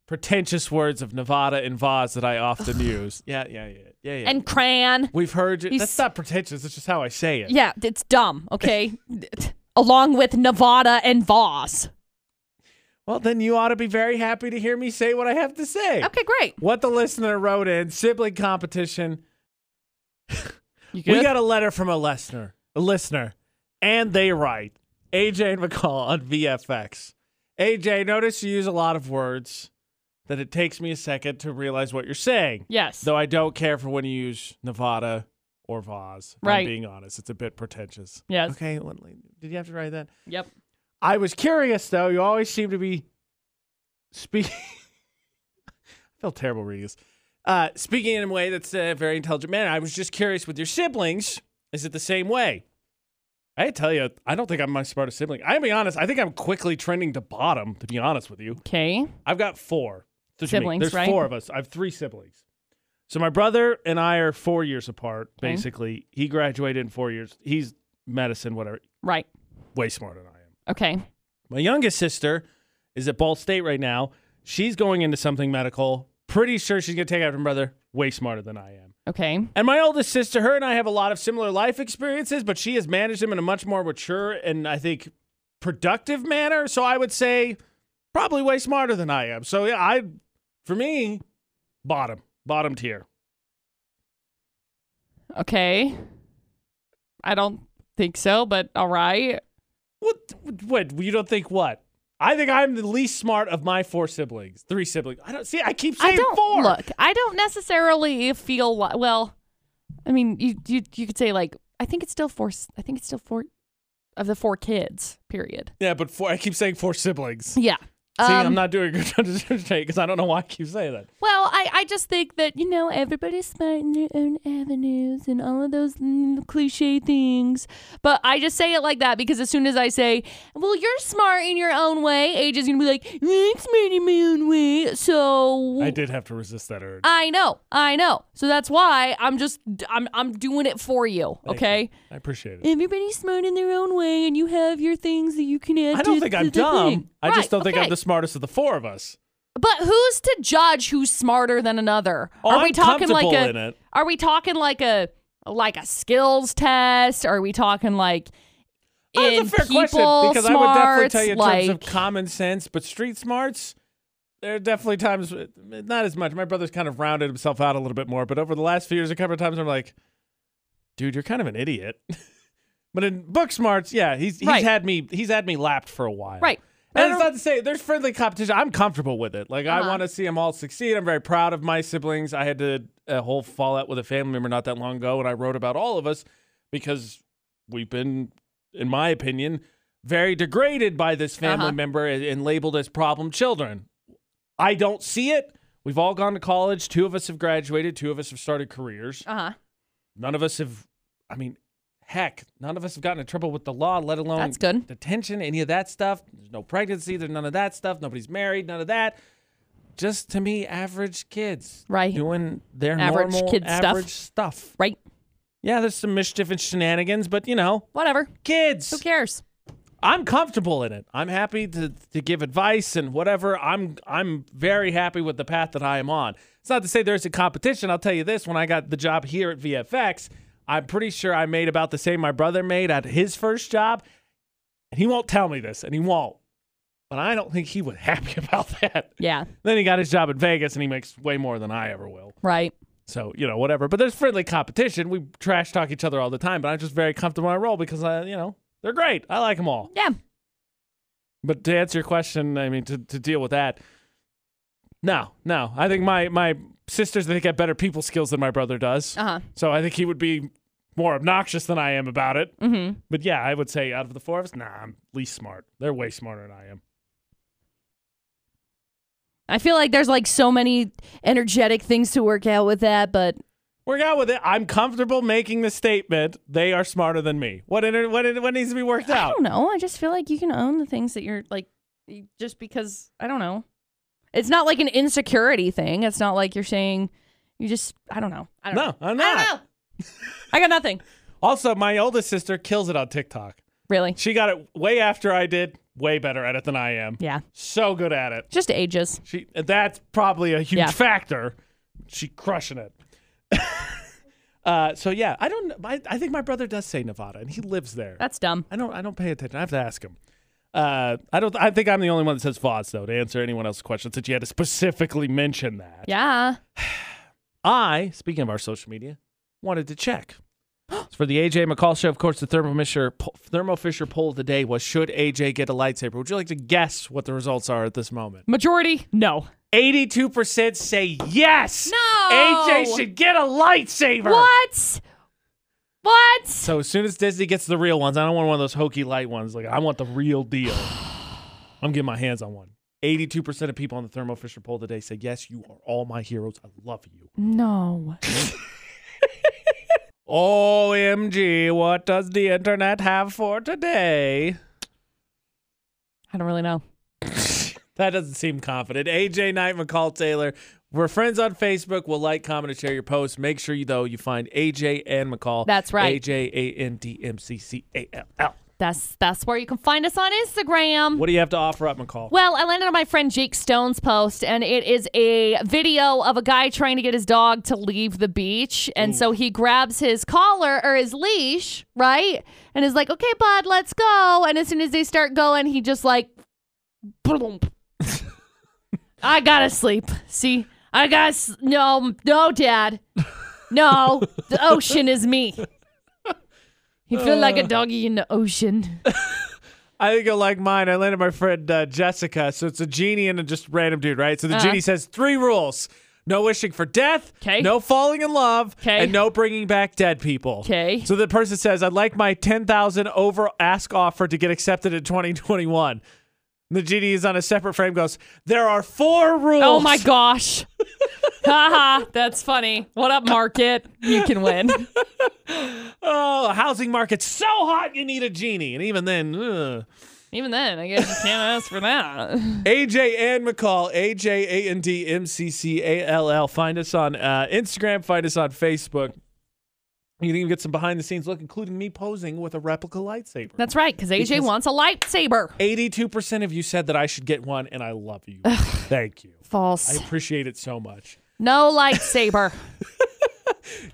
[SPEAKER 1] pretentious words of Nevada and Vaz that I often use. Yeah, yeah, yeah. Yeah, yeah.
[SPEAKER 2] and crayon
[SPEAKER 1] We've heard you.
[SPEAKER 2] You
[SPEAKER 1] That's
[SPEAKER 2] s-
[SPEAKER 1] not pretentious. It's just how I say it.
[SPEAKER 2] yeah it's dumb okay along with nevada and voss
[SPEAKER 1] Well, then you ought to be very happy to hear me say what I have to say.
[SPEAKER 2] okay great
[SPEAKER 1] What the listener wrote in sibling competition
[SPEAKER 2] you
[SPEAKER 1] We got a letter from a listener, a listener, and they write AJ and McCall on VFX. AJ, notice you use a lot of words that it takes me a second to realize what you're saying.
[SPEAKER 2] yes
[SPEAKER 1] Though I don't care for when you use Nevada or Vaz. if I'm
[SPEAKER 2] Right.
[SPEAKER 1] being honest, it's a bit pretentious.
[SPEAKER 2] Yes.
[SPEAKER 1] Okay. what- Did you have to write that?
[SPEAKER 2] yep
[SPEAKER 1] I was curious though. You always seem to be speaking. I feel terrible reading this. Uh, speaking in a way that's a very intelligent manner. I was just curious with your siblings. Is it the same way? I tell you, I don't think I'm my smartest sibling. I'll be honest. I think I'm quickly trending to bottom. To be honest with you,
[SPEAKER 2] okay
[SPEAKER 1] I've got four Excuse me,
[SPEAKER 2] Siblings,
[SPEAKER 1] There's
[SPEAKER 2] right?
[SPEAKER 1] four of us. I have three siblings. So my brother and I are four years apart.
[SPEAKER 2] Okay.
[SPEAKER 1] Basically, he graduated in four years. He's medicine, whatever.
[SPEAKER 2] right
[SPEAKER 1] Way smarter than I am.
[SPEAKER 2] okay
[SPEAKER 1] My youngest sister is at Ball State right now. She's going into something medical. Pretty sure she's going to take after my brother. Way smarter than I am.
[SPEAKER 2] okay
[SPEAKER 1] And my oldest sister, her and I have a lot of similar life experiences, but she has managed them in a much more mature and I think productive manner. So I would say probably way smarter than I am. So yeah, I, for me, bottom, bottom tier.
[SPEAKER 2] okay i don't think so but all right
[SPEAKER 1] What? What? You don't think what? I think I'm the least smart of my four siblings, three siblings. I don't see. I keep saying
[SPEAKER 2] I don't
[SPEAKER 1] four.
[SPEAKER 2] look. I don't necessarily feel li- well. I mean, you you you could say like I think it's still four. s- I think it's still four of the four kids. Period.
[SPEAKER 1] Yeah, but four, I keep saying four siblings.
[SPEAKER 2] Yeah.
[SPEAKER 1] See,
[SPEAKER 4] Um,
[SPEAKER 1] I'm not doing a good job today because I don't know why I keep saying that.
[SPEAKER 2] Well, I, I just think that, you know, everybody's smart in their own avenues and all of those mm, cliche things. But I just say it like that because as soon as I say, well, you're smart in your own way, Age is going to be like, I'm smart in my own way. So.
[SPEAKER 1] I did have to resist that urge.
[SPEAKER 2] I know, I know. So that's why I'm just I'm I'm doing it for you,
[SPEAKER 1] Thank you.
[SPEAKER 2] okay?
[SPEAKER 1] I appreciate it.
[SPEAKER 2] Everybody's smart in their own way, and you have your things that you can add.
[SPEAKER 1] I don't
[SPEAKER 2] to-
[SPEAKER 1] think
[SPEAKER 2] to
[SPEAKER 1] I'm
[SPEAKER 2] the thing.
[SPEAKER 1] dumb. I just
[SPEAKER 2] Right,
[SPEAKER 1] don't think
[SPEAKER 2] okay.
[SPEAKER 1] I'm the smartest of the four of us.
[SPEAKER 2] But who's to judge who's smarter than another?
[SPEAKER 1] Oh,
[SPEAKER 2] are we
[SPEAKER 1] I'm
[SPEAKER 2] talking like
[SPEAKER 1] comfortable
[SPEAKER 2] a?
[SPEAKER 1] in it.
[SPEAKER 2] Are we talking like a like a skills test? Are we talking like in
[SPEAKER 1] Oh, That's a fair
[SPEAKER 2] people
[SPEAKER 1] question because
[SPEAKER 2] smarts?
[SPEAKER 1] I would definitely tell you in
[SPEAKER 2] like,
[SPEAKER 1] terms of common sense, but street smarts, there are definitely times, not as much. My brother's kind of rounded himself out a little bit more, but over the last few years, a couple of times I'm like, dude, you're kind of an idiot. but in book smarts, yeah, he's he's
[SPEAKER 2] Right.
[SPEAKER 1] had me he's had me lapped for a while.
[SPEAKER 2] right.
[SPEAKER 1] And it's not to say there's friendly competition. I'm comfortable with it. Like I
[SPEAKER 2] Uh-huh.
[SPEAKER 1] want to see them all succeed. I'm very proud of my siblings. I had to a whole fallout with a family member not that long ago, and I wrote about all of us because we've been, in my opinion, very degraded by this family
[SPEAKER 2] Uh-huh.
[SPEAKER 1] member and, and labeled as problem children. I don't see it. We've all gone to college. Two of us have graduated. Two of us have started careers.
[SPEAKER 2] Uh huh.
[SPEAKER 1] None of us have. I mean, heck, none of us have gotten in trouble with the law, let alone
[SPEAKER 2] That's good.
[SPEAKER 1] detention, any of that stuff. There's no pregnancy. There's none of that stuff. Nobody's married. None of that. Just to me, average kids,
[SPEAKER 2] Right.
[SPEAKER 1] doing their
[SPEAKER 2] Average
[SPEAKER 1] normal
[SPEAKER 2] kid stuff.
[SPEAKER 1] average stuff.
[SPEAKER 2] Right.
[SPEAKER 1] Yeah, there's some mischief and shenanigans, but you know,
[SPEAKER 2] Whatever.
[SPEAKER 1] kids.
[SPEAKER 2] Who cares?
[SPEAKER 1] I'm comfortable in it. I'm happy to, to give advice and whatever. I'm I'm very happy with the path that I am on. It's not to say there's a competition. I'll tell you this: when I got the job here at VFX, I'm pretty sure I made about the same my brother made at his first job. And he won't tell me this, and he won't. But I don't think he was happy about that.
[SPEAKER 2] Yeah.
[SPEAKER 1] Then he got his job at Vegas, and he makes way more than I ever will.
[SPEAKER 2] Right.
[SPEAKER 1] So you know, whatever. But there's friendly competition. We trash talk each other all the time, but I'm just very comfortable in my role because I, you know, they're great. I like them all.
[SPEAKER 2] Yeah.
[SPEAKER 1] But to answer your question, I mean, to, to deal with that, no, no. I think my, my sisters, I think, have better people skills than my brother does.
[SPEAKER 2] Uh huh.
[SPEAKER 1] So I think he would be more obnoxious than I am about it.
[SPEAKER 2] Mm-hmm.
[SPEAKER 1] But yeah, I would say out of the four of us, nah, I'm least smart. They're way smarter than I am.
[SPEAKER 2] I feel like there's like so many energetic things to work out with that, but
[SPEAKER 1] Work out with it. I'm comfortable making the statement they are smarter than me. What, inter- what, what needs to be worked
[SPEAKER 2] I
[SPEAKER 1] out?
[SPEAKER 2] don't know. I just feel like you can own the things that you're like, you- just because I don't know. It's not like an insecurity thing. It's not like you're saying you just I don't know. I don't know.
[SPEAKER 1] No, Ah. I'm
[SPEAKER 2] I
[SPEAKER 1] not.
[SPEAKER 2] don't know. I got nothing
[SPEAKER 1] Also, my oldest sister kills it on TikTok.
[SPEAKER 2] really.
[SPEAKER 1] She got it way after I did, way better at it than I am.
[SPEAKER 2] Yeah,
[SPEAKER 1] So good at it.
[SPEAKER 2] just ages.
[SPEAKER 1] She that's probably a huge
[SPEAKER 2] Yeah.
[SPEAKER 1] factor. She crushing it. uh, so yeah, I don't. I, I think my brother does say Nevada, and he lives there.
[SPEAKER 2] That's dumb.
[SPEAKER 1] I don't. I don't pay attention. I have to ask him. Uh, I don't. I think I'm the only one that says Vods though. To answer anyone else's question, since you had to specifically mention that,
[SPEAKER 2] Yeah.
[SPEAKER 1] I speaking of our social media, wanted to check. It's for the AJ McCall show, of course, the Thermo Fisher, Thermo Fisher poll of the day was: Should AJ get a lightsaber? Would you like to guess what the results are at this moment?
[SPEAKER 2] Majority no.
[SPEAKER 1] 82% say yes.
[SPEAKER 2] No.
[SPEAKER 1] AJ should get a lightsaber.
[SPEAKER 2] What? What?
[SPEAKER 1] So as soon as Disney gets the real ones, I don't want one of those hokey light ones. Like I want the real deal. I'm getting my hands on one. 82% of people on the Thermo Fisher poll today say yes, you are all my heroes. I love you.
[SPEAKER 2] No.
[SPEAKER 1] OMG, what does the internet have for today?
[SPEAKER 2] I don't really know.
[SPEAKER 1] That doesn't seem confident. AJ Knight, McCall Taylor. We're friends on Facebook. We'll like, comment, and share your posts. Make sure you though you find AJ and McCall.
[SPEAKER 2] That's right.
[SPEAKER 1] AJ A N D M C C A L L.
[SPEAKER 2] That's that's where you can find us on Instagram.
[SPEAKER 1] What do you have to offer up, McCall?
[SPEAKER 2] Well, I landed on my friend Jake Stone's post, and it is a video of a guy trying to get his dog to leave the beach. And so he grabs his collar or his leash, right? And is like, okay, bud, let's go. And as soon as they start going, he just like, boom. I gotta sleep. See, I gotta, s- no, no, dad. No, the ocean is me. You feel like a doggy in the ocean.
[SPEAKER 1] I think you'll like mine. I landed my friend uh, Jessica. So it's a genie and a just random dude, right? So the
[SPEAKER 2] Uh-huh.
[SPEAKER 1] genie says three rules. No wishing for death,
[SPEAKER 2] 'Kay.
[SPEAKER 1] no falling in love,
[SPEAKER 2] 'Kay.
[SPEAKER 1] and no bringing back dead people.
[SPEAKER 2] 'Kay.
[SPEAKER 1] So the person says, I'd like my 10,000 over ask offer to get accepted in 2021. The GD is on a separate frame. Goes. There are four rules.
[SPEAKER 2] Oh my gosh. Haha, that's funny. What up, market? You can win.
[SPEAKER 1] Oh, the housing market's so hot. You need a genie, and even then. Ugh.
[SPEAKER 2] Even then, I guess you can't ask for that.
[SPEAKER 1] AJ and McCall, AJ A N D M C C A L L. Find us on uh, Instagram, find us on Facebook. You can even get some behind the scenes look, including me posing with a replica lightsaber.
[SPEAKER 2] That's right, because AJ
[SPEAKER 1] Because-
[SPEAKER 2] wants a lightsaber.
[SPEAKER 1] 82% of you said that I should get one, and I love you. Thank you. I
[SPEAKER 2] False.
[SPEAKER 1] appreciate it so much.
[SPEAKER 2] No lightsaber.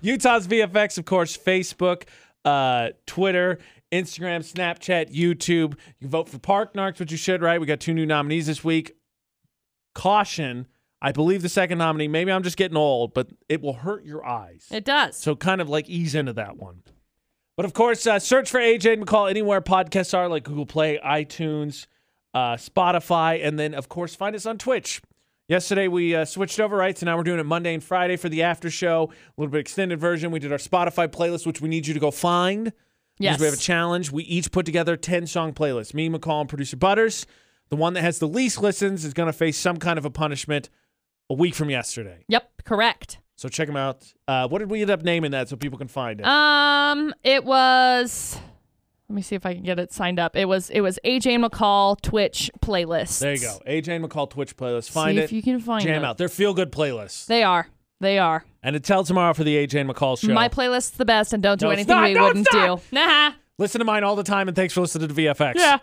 [SPEAKER 1] Utah's VFX, of course, Facebook, uh, Twitter, Instagram, Snapchat, YouTube. You can vote for Park Narcs, which you should, right? We got two new nominees this week. Caution. I believe the second nominee, maybe I'm just getting old, but it will hurt your eyes.
[SPEAKER 2] it does.
[SPEAKER 1] So kind of like ease into that one. But of course, uh, search for AJ and McCall anywhere podcasts are, like Google Play, iTunes, uh, Spotify, and then of course find us on Twitch. Yesterday we uh, switched over, right? So now we're doing it Monday and Friday for the after show, a little bit extended version. We did our Spotify playlist, which we need you to go find. Because
[SPEAKER 2] Yes.
[SPEAKER 1] we have a challenge. We each put together 10 song playlists. Me, McCall, and producer Butters. The one that has the least listens is going to face some kind of a punishment a week from yesterday.
[SPEAKER 2] Yep, correct.
[SPEAKER 1] So check them out. Uh, what did we end up naming that so people can find it?
[SPEAKER 2] Um, it was. Let me see if I can get it signed up. It was. It was AJ and McCall Twitch playlist.
[SPEAKER 1] there you go. AJ and McCall Twitch playlist. Find
[SPEAKER 2] see
[SPEAKER 1] it.
[SPEAKER 2] if you can find
[SPEAKER 1] jam
[SPEAKER 2] it.
[SPEAKER 1] out. They're feel good playlists.
[SPEAKER 2] They are. They are.
[SPEAKER 1] And until tomorrow for the AJ and McCall show.
[SPEAKER 2] My playlist's the best, and don't do
[SPEAKER 1] No, it's
[SPEAKER 2] anything
[SPEAKER 1] not.
[SPEAKER 2] we
[SPEAKER 1] No, it's
[SPEAKER 2] wouldn't
[SPEAKER 1] not.
[SPEAKER 2] do. Nah.
[SPEAKER 1] listen to mine all the time, and thanks for listening to VFX.
[SPEAKER 2] Yeah.